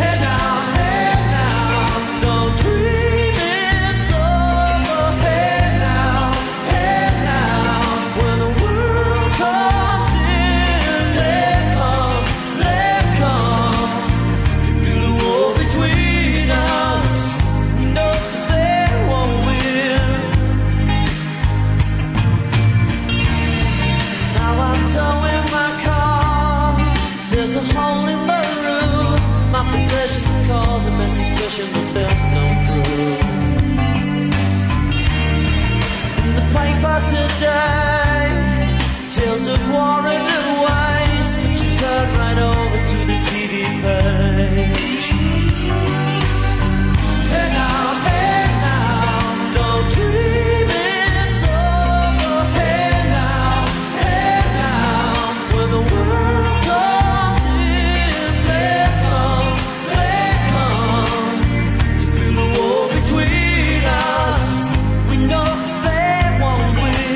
F: Hey now, hey now, don't dream it's over. Hey now, hey now, when the world comes in, they come, they come to do the war between us. You know they won't win. Now I'm towing my car. There's a hole in the roof. My possessions are causing me suspicion, but there's no proof. paper today. Tales of war and of waste. She turned right over to the TV page. Hey now, hey now, don't dream it's over. Hey now, hey now, when the world comes in, they come, they come to build a wall between us. We know they won't win.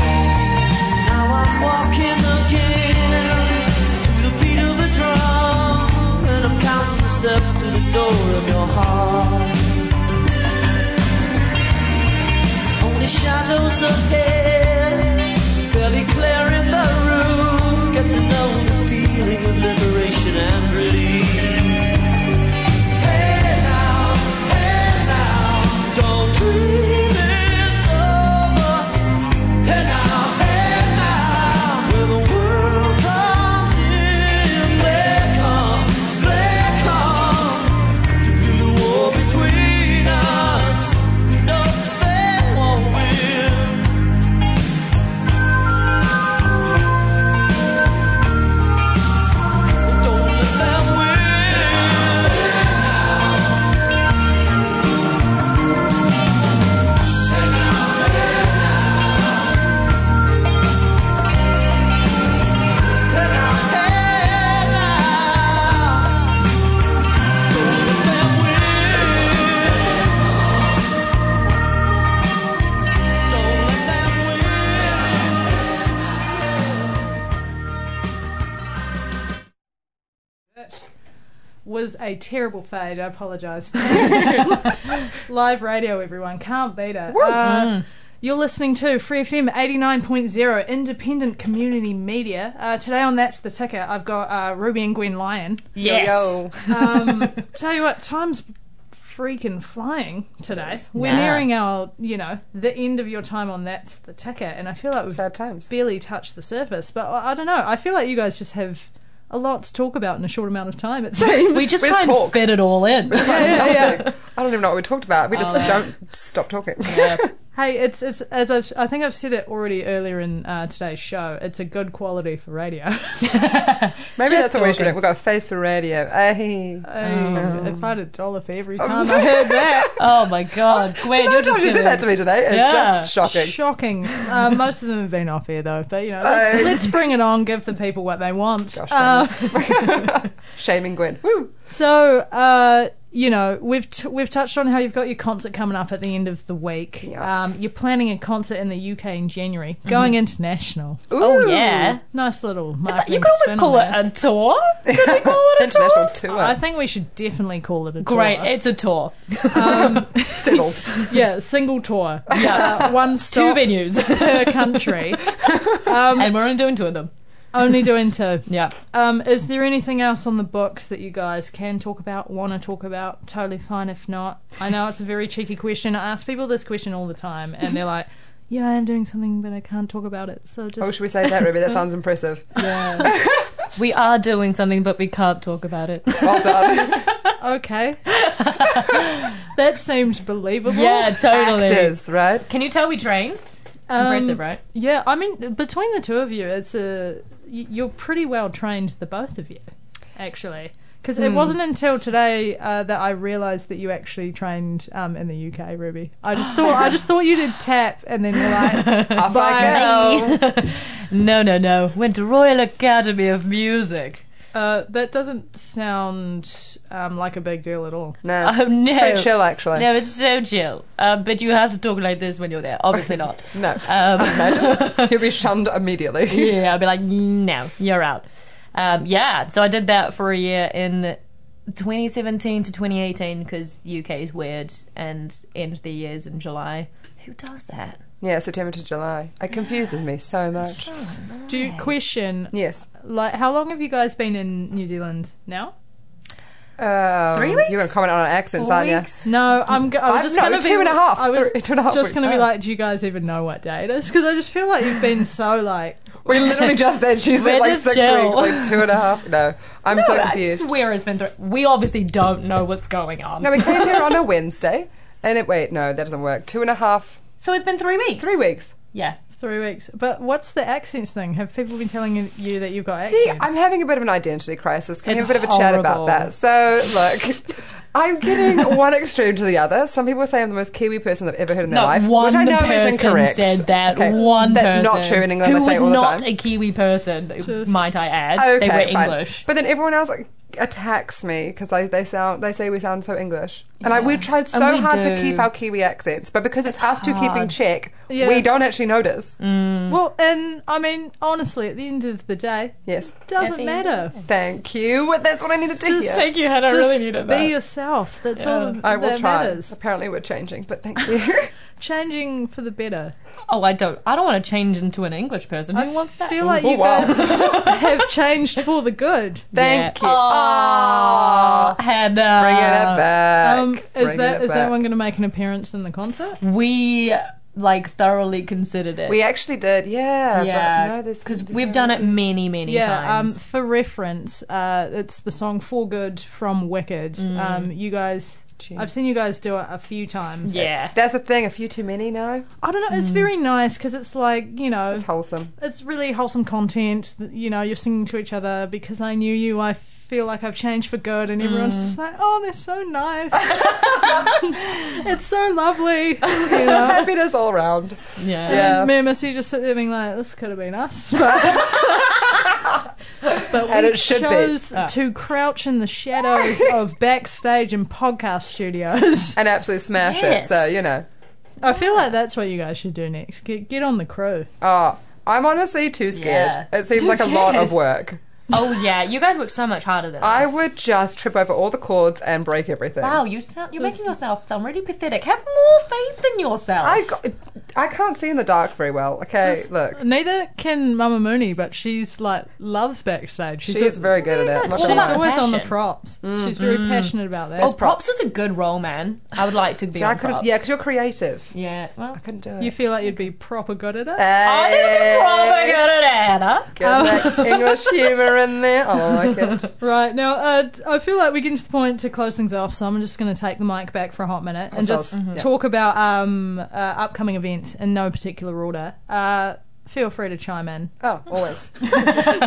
F: Now I'm walking again to the beat of a drum, and I'm counting the steps to the door of your heart. Only shadows ahead, barely clear in the room. Get to know the feeling of liberation and release. Hey now, hey now, don't dream it's over. Hey now, hey now, when the world comes in, they come, they come to build a wall between us. No, they won't win. Don't let them win. Hey now, hey now, don't let them win. Don't let them win.
B: was a terrible fade. I apologise. Live radio, everyone. Can't beat it. Uh, You're listening to Free FM 89.0, independent community media. Uh, today on That's the Ticket, I've got uh, Ruby and Gwen Lyon.
D: Yes.
C: Yo.
B: Um, tell you what, time's freaking flying today. We're
D: Yeah.
B: nearing our, you know, the end of your time on That's the Ticket, and I feel like we've
C: Sad times.
B: barely touched the surface. But I I don't know. I feel like you guys just have a lot to talk about in a short amount of time, it seems.
D: We just
C: Where's
D: try and
C: talk?
D: fit it all in. Oh.
B: yeah, yeah.
C: I don't even know what we talked about. We just don't stop talking.
B: Hey, it's it's as I've, I think I've said it already earlier in uh, today's show. It's a good quality for radio.
C: Maybe that's what we should
D: talking.
C: do. We've got a face for radio. Eh, Hey. Oh.
B: If I had a dollar for every time I heard that,
D: Oh my god, Gwen,
C: I
D: you're
C: told
D: just
C: you you did
D: giving-
C: that to me today. It's
D: Yeah.
C: just shocking.
B: shocking. Uh, most of them have been off air though, but you know, let's,
C: Oh.
B: let's bring it on. Give the people what they want.
C: Gosh,
B: Uh,
D: Oh.
C: Shaming Gwen. Woo.
B: so, uh, you know, we've t- we've touched on how you've got your concert coming up at the end of the week.
C: Yes.
B: Um, you're planning a concert in the UK in January,
D: Mm-hmm.
B: going international.
D: Oh
C: Ooh.
D: yeah.
B: Nice little.
D: It's like,
B: marketing
D: you could
B: spin
D: always
B: on
D: call it
B: that.
D: a tour. Could we call it a
C: International
D: tour?
C: tour.
B: I think we should definitely call it a
D: Great,
B: tour. Um,
D: it's a tour.
C: Settled.
B: Yeah, single tour.
D: Yeah.
B: Uh, one
D: Two
B: stop
D: venues.
B: per country.
D: and we're only doing two of them.
B: Only doing two.
D: Yeah.
B: Um, is there anything else on the books that you guys can talk about, want to talk about? Totally fine if not. I know it's a very cheeky question. I ask people this question all the time, and they're like, "Yeah, I'm doing something, but I can't talk about it." So just
C: Oh, should we say that, Ruby? That sounds impressive.
B: yeah.
D: We are doing something, but we can't talk about it.
C: Well done.
B: okay. that seemed believable.
D: yeah, totally.
C: Actors, right?
D: Can you tell we trained?
B: Um,
D: Impressive, right?
B: Yeah, I mean, between the two of you, it's a y- you're pretty well trained, the both of you, actually. Because it wasn't until today uh, that I realised that you actually trained um, in the UK, Ruby. I just thought I just thought you did tap, and then you're like,
C: Off
B: Bye.
C: I go.
D: No, no, no. Went to Royal Academy of Music.
B: uh, that doesn't sound um, like a big deal at all.
C: No.
D: Oh no.
C: Pretty chill, actually.
D: No, it's so chill. Uh, but you have to talk like this when you're there. Obviously not.
C: No.
D: Um,
C: You'll be shunned immediately.
D: yeah, I'll be like, no, you're out. Um, yeah, so I did that for a year in 2017 to 2018 because UK is weird and end the years in July. Who does that?
C: Yeah, September to July. It confuses me so much.
B: Do you question
C: Yes.
B: like how long have you guys been in New Zealand now?
C: Um,
D: Three weeks?
C: You're going to comment on our accents,
D: Four
C: aren't you?
D: weeks?
B: No, I'm. Go- I was
C: I've-
B: just
C: no,
B: gonna
C: two
B: be
C: and a half,
B: I was
C: three- two and a half
B: just gonna be
C: weeks.
B: like, do you guys even know what day it is? Because I just feel like you've been so like.
C: We literally just then she
D: We're
C: said like
D: just
C: six
D: chill.
C: weeks, like two and a half. No, I'm so confused.
D: I swear it's been three. We obviously don't know what's going on.
C: No, we came here on a Wednesday, and it wait, no, that doesn't work. Two and a half,
D: so it's been three weeks.
C: three weeks.
D: Yeah.
B: Three weeks, but what's the accents thing? Have people been telling you- you that you've got accents?
C: Yeah, I'm having a bit of an identity crisis. Can we
D: It's
C: have a bit of a chat about
D: horrible.
C: that? So look. I'm getting one extreme to the other. Some people say I'm the most Kiwi person they've ever heard in their
D: Not
C: life,
D: one
C: which I know
D: person
C: is incorrect.
D: said that.
C: Okay,
D: One
C: that's
D: person.
C: not true in England.
D: Who
C: I say it
D: was
C: all the
D: not
C: time.
D: a Kiwi person, might I add. they were
C: fine.
D: English.
C: But then everyone else like, attacks me because they, they sound they say we sound so English, and I, we've tried so
D: we
C: hard to
D: do.
C: keep our Kiwi accents, but because it's, us two keeping
D: hard.
C: check,
B: Yeah.
C: we don't actually notice.
B: Well, and I mean, honestly, at the end of the day,
C: Yes,
B: doesn't
D: the end
B: matter.
C: thank you. That's what I needed to hear.
D: Thank you, Hannah. I really
B: Just
D: needed
B: Be
D: that.
B: yourself. That's all
C: I will
B: that
C: try.
B: matters.
C: Apparently, we're changing, but thank you.
B: Changing for the better.
D: Oh, I don't. I don't want to change into an English person. Who wants that?
B: I feel like
C: Oh,
B: you
C: wow.
B: guys have changed for the good.
C: thank
D: Yeah.
C: you.
D: Aw, Hannah.
C: Bring it back.
B: Um, is
C: Bring
B: that
C: it
B: is that
C: back.
B: one going to make an appearance in the concert?
D: We like thoroughly considered it.
C: We actually did, yeah. but no,
D: yeah,
C: there's-
D: because
C: there's
D: we've
C: no-
D: done it many, many
B: Yeah. Um,
D: times.
B: for reference, uh, it's the song "For Good" from Wicked. Um, you guys, I've seen you guys do it a few times.
D: yeah,
C: That's a thing. A few too many, no.
B: I don't know. It's very nice because it's like you know,
C: It's wholesome.
B: it's really wholesome content. that, You know, you're singing to each other because I knew you. I feel like I've changed for good, and everyone's just like, "Oh, they're so nice. it's so lovely." You know,
C: Happiness all round.
D: yeah.
C: Yeah.
B: me and Missy just sit there being like, "This could have been us," but, but
C: And
B: we
C: it should be. Ah.
B: chose to crouch in the shadows of backstage and podcast studios.
C: And absolutely smash it.
D: Yes.
C: So, you know.
B: I feel like that's what you guys should do next. Get get on the crew.
C: Oh, I'm honestly too scared.
D: Yeah.
C: It seems like a lot of work.
D: Oh yeah, you guys work so much harder than
C: I
D: us.
C: would just trip over all the cords and break everything.
D: Wow, you sound, you're making yourself sound really pathetic. Have more faith in yourself.
C: I, got, I can't see in the dark very well. Okay, look.
B: Neither can Mama Mooney, but she's like loves backstage. She's,
C: She's
B: a-
C: very Mm. good at it.
D: it's
C: Not
D: all
C: gonna
B: She's
D: about
C: lie.
B: always on the
D: passion.
B: props. She's very passionate about that.
D: oh, props is a good role, man. I would like to be
C: See, I
D: on
C: could,
D: props.
C: yeah, because you're creative.
D: yeah. Well,
C: Couldn't do it.
B: You feel like you'd be proper good at it?
D: I think
C: Hey.
D: we're probably good at it, huh?
C: Get that English humour in there. Oh, I like it.
B: Right now, uh, d- I feel like we're getting to the point to close things off, so I'm just going to take the mic back for a hot minute and just talk about um, uh, upcoming events in no particular order. Uh, feel free to chime in.
C: Oh, always.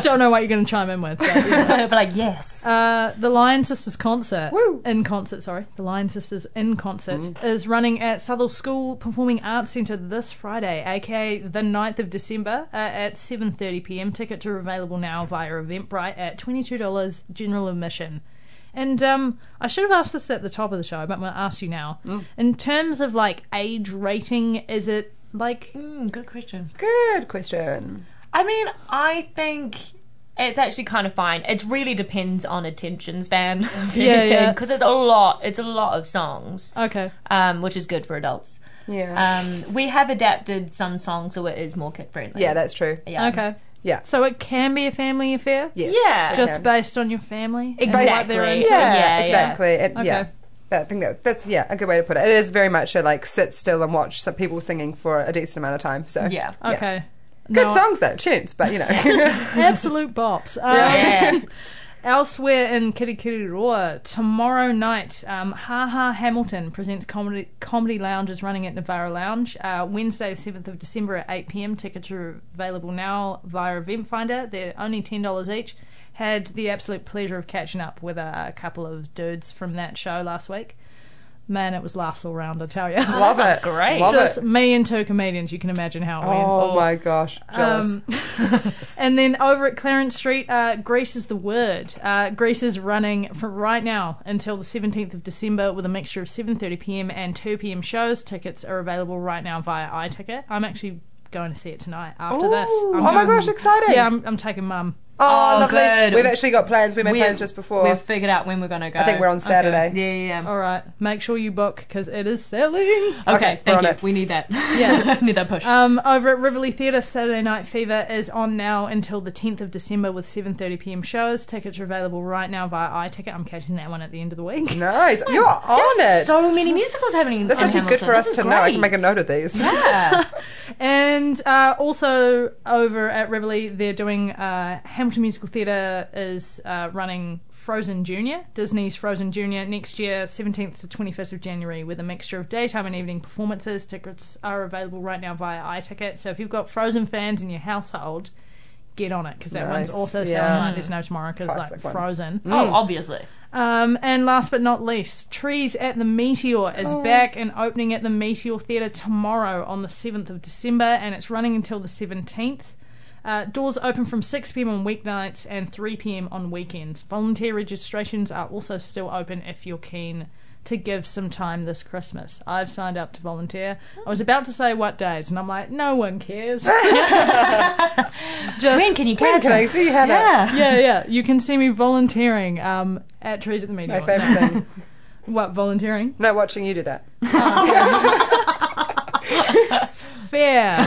B: Don't know what you're going to chime in with. But, yeah.
D: but like, yes.
B: uh, the Lion Sisters concert
C: Woo.
B: in concert, sorry, the Lion Sisters in concert is running at Southall School Performing Arts Centre this Friday, aka the 9th of December uh, at 7:30 p.m. Tickets are available now via Eventbrite at $22 general admission. And um, I should have asked this at the top of the show, but I'm going to ask you now. In terms of like age rating, is it like
D: Mm, good question.
C: Good question.
D: I mean, I think it's actually kind of fine. It really depends on attention span.
B: Yeah, yeah.
D: Because it's a lot. It's a lot of songs,
B: okay?
D: um, which is good for adults.
C: Yeah.
D: Um, we have adapted some songs so it is more kid friendly.
C: yeah, that's true.
D: yeah.
B: Okay.
C: Yeah.
B: So it can be a family affair.
C: Yes.
D: Yeah.
C: it
B: Just
C: can.
B: based on your family. and what
D: Exactly.
B: they're into.
C: Yeah,
D: Yeah,
C: exactly. It, Yeah.
B: Okay.
C: I think that, that's yeah a good way to put it. It is very much a like sit still and watch some people singing for a decent amount of time. So
D: Yeah. Um,
B: Okay.
C: good
B: No,
C: songs though tunes, but you know
B: Absolute bops. Um,
D: Yeah.
B: Elsewhere in Kirikiriroa, tomorrow night, um, Ha Ha Hamilton presents Comedy, Comedy Lounge is running at Navarra Lounge. Uh, Wednesday, the 7th of December at 8 pm. Tickets are available now via Event Finder. They're only $10 each. Had the absolute pleasure of catching up with a couple of dudes from that show last week. Man, it was laughs all round, I tell you.
C: love it.
D: great.
C: Love
B: Just
C: it.
B: me and two comedians, you can imagine how it went.
C: Oh my gosh, jealous.
B: Um, and then over at Clarence Street, uh, Greece is the word. Uh, Greece is running from right now until the 17th of December with a mixture of 7:30 p.m. and 2 p.m. shows. Tickets are available right now via iTicket. I'm actually going to see it tonight after this.
C: oh my gosh, exciting!
B: Yeah, I'm, I'm taking mum.
C: Oh,
D: Oh,
C: lovely.
D: good.
C: We've actually got plans. We made
D: We've-
C: plans just before.
D: We've figured out when we're gonna go.
C: I think we're on
D: Okay.
C: Saturday.
D: Yeah, yeah,
B: All right, make sure you book because it is selling.
D: yeah. Okay,
C: Oh, Okay, we're
D: thank
C: on
D: you.
C: it.
D: We need that. Yeah, need that push.
B: Um, over at Rivoli Theatre, Saturday Night Fever is on now until the 10th of December with 7:30 p.m. shows. Tickets are available right now via iTicket. I'm catching that one at the end of the week.
C: Nice. You're on
D: There's
C: it.
D: so many musicals happening.
C: That's
D: in
C: actually good
D: Hamilton.
C: for us
D: This is
C: to know. I can
D: great.
C: make a note of these.
D: Yeah.
B: And uh, also over at Rivoli, they're doing uh, Hamilton Musical Theatre is uh, running Frozen Junior, Disney's Frozen Junior, next year, 17th to 25th of January, with a mixture of daytime and evening performances. Tickets are available right now via iTicket. So if you've got Frozen fans in your household, get on it because that one's
C: Nice,
B: also
C: yeah.
B: selling like there's no tomorrow because like
C: Classic one.
B: Frozen.
D: oh, obviously.
B: Um, and last but not least, Trees at the Meteor is back and opening at the Meteor Theatre tomorrow on the 7th of December, and it's running until the 17th. Uh, doors open from 6 pm on weeknights and 3 pm on weekends. Volunteer registrations are also still open if you're keen to give some time this Christmas. I've signed up to volunteer. I was about to say what days, and I'm like, no one cares. Just
D: When can you
C: When
D: catch
C: can I
D: us?
C: see Hannah?
D: Yeah.
B: yeah, yeah. You can see me volunteering um, at Trees at the Meteor.
C: My favourite thing.
B: What volunteering?
C: No, watching you do that.
B: fair.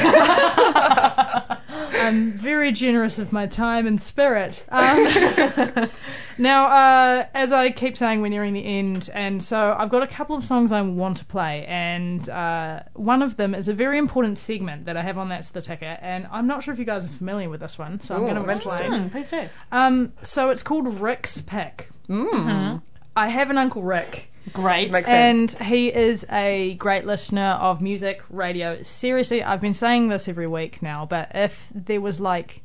B: I'm very generous of my time and spirit. Um, now, uh, as I keep saying, we're nearing the end, and so I've got a couple of songs I want to play, and uh, one of them is a very important segment that I have on That's the Ticker, and I'm not sure if you guys are familiar with this one, so I'm
C: Ooh,
B: going
C: I'm
B: to explain.
C: interested.
D: Hmm, Please do.
B: Um, so it's called Rick's Pick. Mm. I have an Uncle Rick.
D: Great.
C: Uh-huh. Makes sense.
B: And he is a great listener of music, radio. Seriously, I've been saying this every week now, but if there was like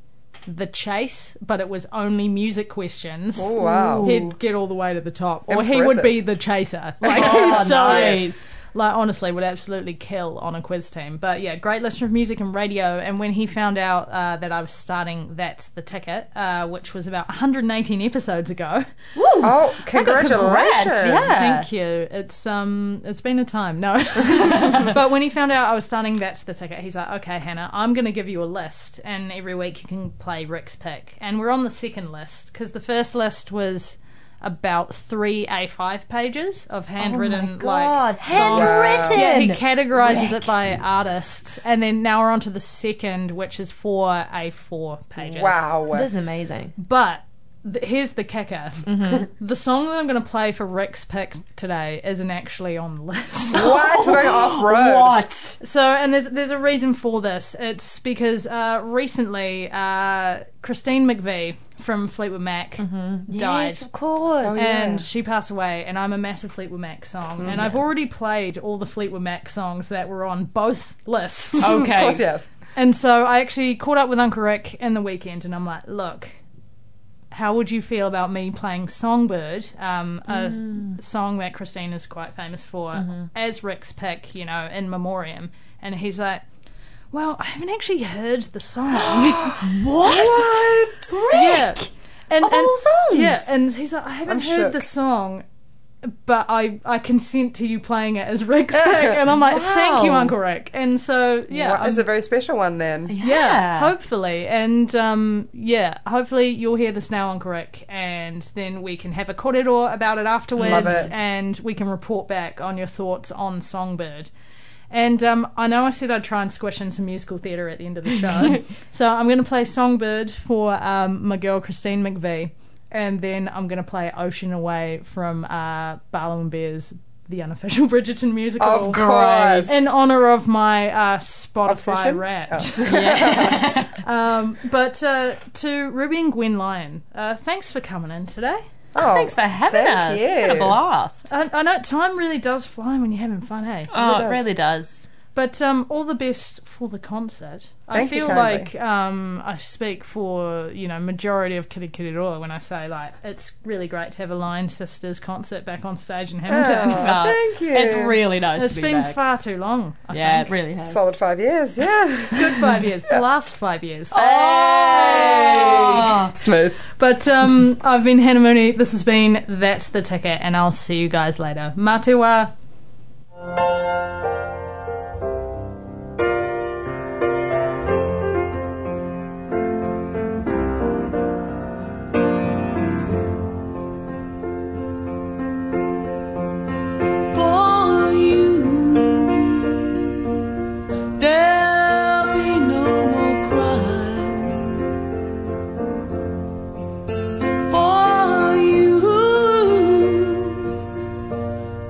B: the chase, but it was only music questions,
C: Oh, wow.
B: he'd get all the way to the top. Or he
C: Impressive.
B: would be the chaser. Like,
D: Oh,
B: he's so
D: nice.
B: like honestly would absolutely kill on a quiz team but yeah great listener of music and radio and when he found out uh, that i was starting that's the ticket uh, which was about 118 episodes ago
D: Woo.
C: Oh,
D: I got
C: congratulations.
D: Congrats. Yeah.
B: Thank you. It's um, it's been a time. No, but when he found out I was starting that's the ticket, he's like, okay, Hannah, I'm going to give you a list, and every week you can play Rick's pick. And we're on the second list because the first list was about three A5 pages of handwritten
D: Oh God,
B: like songs.
D: handwritten.
B: Yeah, he categorizes it by artists, and then now we're on to the second, which is four A4 pages.
C: Wow.
D: This is amazing.
B: But th- here's the kicker:
D: Mm-hmm.
B: the song that I'm going to play for Rick's pick today isn't actually on the list.
C: What? We're going off road.
D: What?
B: so, and there's there's a reason for this. It's because uh, recently uh, Christine McVie from Fleetwood Mac died.
D: Mm-hmm. Yes, oh, of
C: Oh,
D: course.
B: And she passed away, and I'm a massive Fleetwood Mac song,
D: Mm-hmm.
B: and I've already played all the Fleetwood Mac songs that were on both lists.
D: Okay.
C: Of course you have.
B: And so I actually caught up with Uncle Rick in the weekend, and I'm like, look, how would you feel about me playing Songbird, um, a s-
D: Mm.
B: song that Christine is quite famous for,
D: Mm-hmm.
B: as Rick's pick, you know, in memoriam? And he's like, well, I haven't actually heard the song.
D: What?
B: yeah. And,
D: Of all songs?
B: Yeah, and he's like, I haven't
C: I'm
B: heard
C: shook.
B: the song, but I, I consent to you playing it as Rick's pick. And I'm like, thank you,
D: Wow.
B: Uncle Rick. And so, yeah.
C: Wow,
B: I'm-
C: It's a very special one then.
B: yeah,
D: um, Yeah.
B: hopefully. And um, yeah, hopefully you'll hear this now on Correct, and then we can have a corridor about it afterwards,
C: Love it.
B: and we can report back on your thoughts on Songbird. And um, I know I said I'd try and squish in some musical theatre at the end of the show, so I'm going to play Songbird for um, my girl Christine McVie, and then I'm going to play Ocean Away from uh, Barlow and Bears, the unofficial Bridgerton musical,
C: Of course.
B: in honor of my uh, Spotify
C: Obsession?
B: rap.
C: Oh.
B: Um, but uh, to Ruby and Gwen Lyon, uh, thanks for coming in today.
C: Oh,
D: Thanks for having
C: thank
D: us.
C: you.
D: It's been a blast.
B: I, I know time really does fly when you're having fun, eh?
D: Oh,
C: does.
D: it really does.
B: But um, all the best for the concert. I
C: Thank you
B: feel
C: kindly.
B: like um, I speak for you know majority of Kitty Kitty Roa when I say like it's really great to have a Lion Sisters concert back on stage in Hamilton.
D: Uh,
C: Thank you.
D: It's really nice
B: it's
D: to be
B: been
D: back.
B: far too long. I
D: yeah,
B: think.
D: it really has.
C: Solid five years, yeah.
B: good five years. The last five years.
D: Oh.
C: Smooth.
B: But um, I've been Hannah Mooney. This has been That's the Ticket, and I'll see you guys later. Matewa.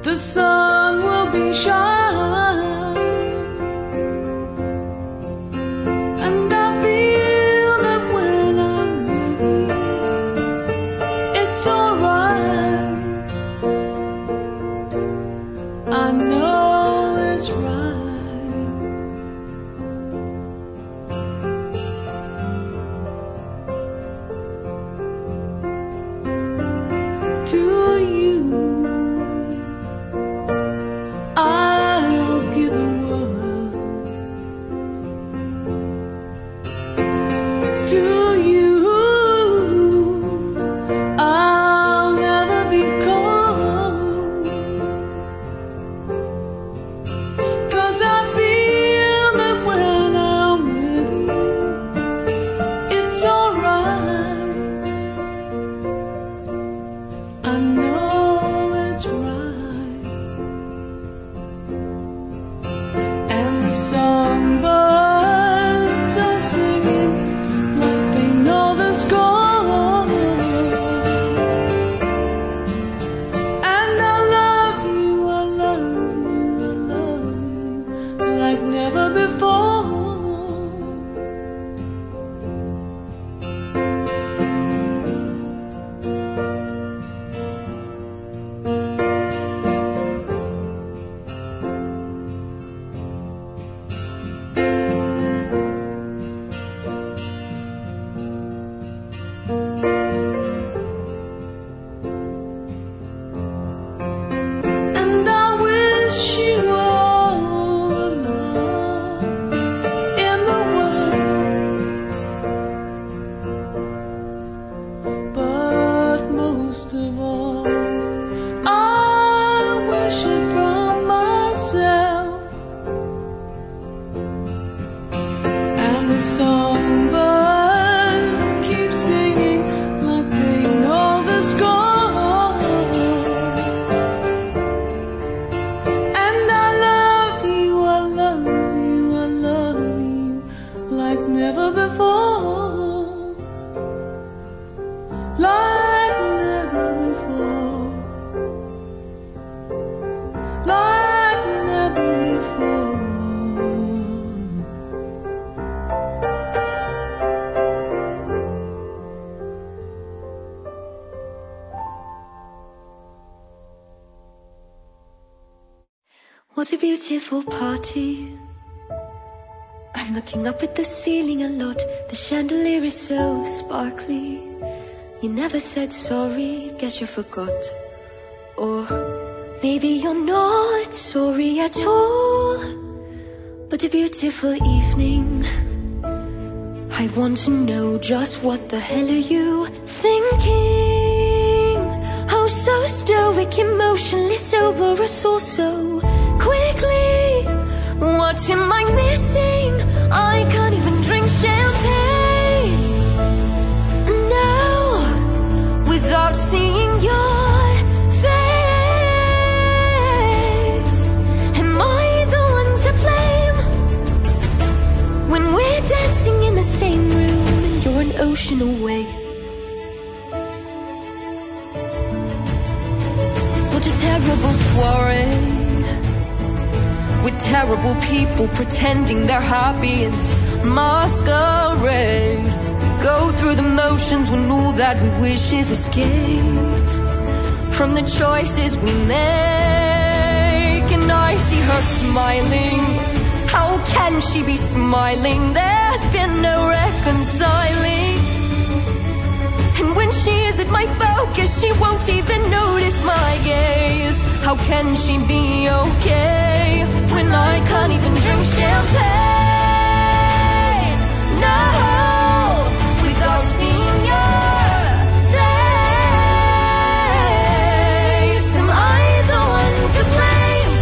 G: the sun will be shine. And I feel that when I'm ready, it's alright. I know it's right. to you. I'll give the world to you. I'll never be cold. Cause I feel that when I'm with you, it's alright. I know it's right, and the songbirds are singing like they know the score. And I love you, I love you, I love you like never before. And I wish you were all alone in the world. But most of all, I wish it from myself. And the songbirds keep singing like they know the score. And I love you, I love you, I love you like never before. Like never before. Like never before.
E: What a beautiful party. I'm looking up at the ceiling a lot. The chandelier is so sparkly. You never said sorry, guess you forgot. Or maybe you're not sorry at all. But a beautiful evening. I want to know just what the hell are you thinking? Oh, so stoic, emotionless over us all so quickly. What am I missing? I can't even drink champagne. No, without seeing your face. Am I the one to blame? When we're dancing in the same room and you're an ocean away. What a terrible soiree. With terrible people pretending they're happy in this masquerade. We go through the motions when all that we wish is escape from the choices we make. And I see her smiling. How can she be smiling? There's been no reconciling. And when she isn't my focus, she won't even notice my gaze. How can she be okay when I can't even drink champagne? No, without seeing your face, am I the one to blame?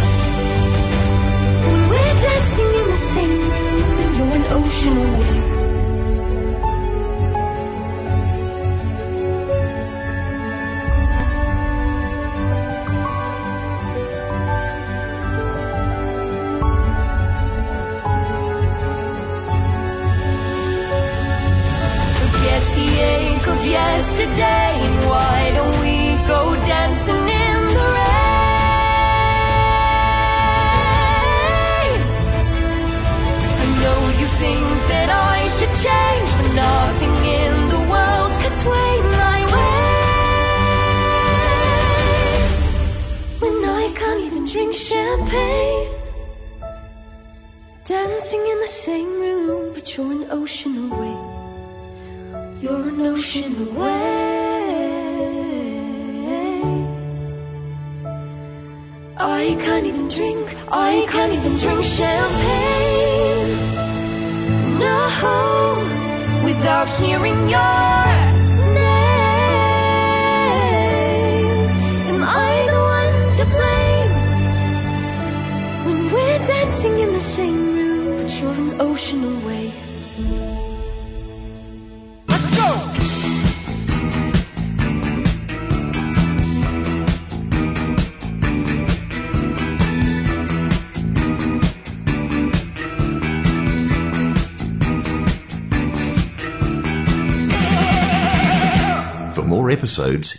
E: When we're dancing in the same room and you're an ocean away. forget the ache of yesterday. And why don't we go dancing in the rain? drink champagne. Dancing in the same room, but you're an ocean away. You're an ocean away. I can't even drink, I can't even drink champagne. No, without hearing your name. Am I the one to blame? When we're dancing in the same room, but you're an ocean away.
H: Let's go!
I: For more episodes,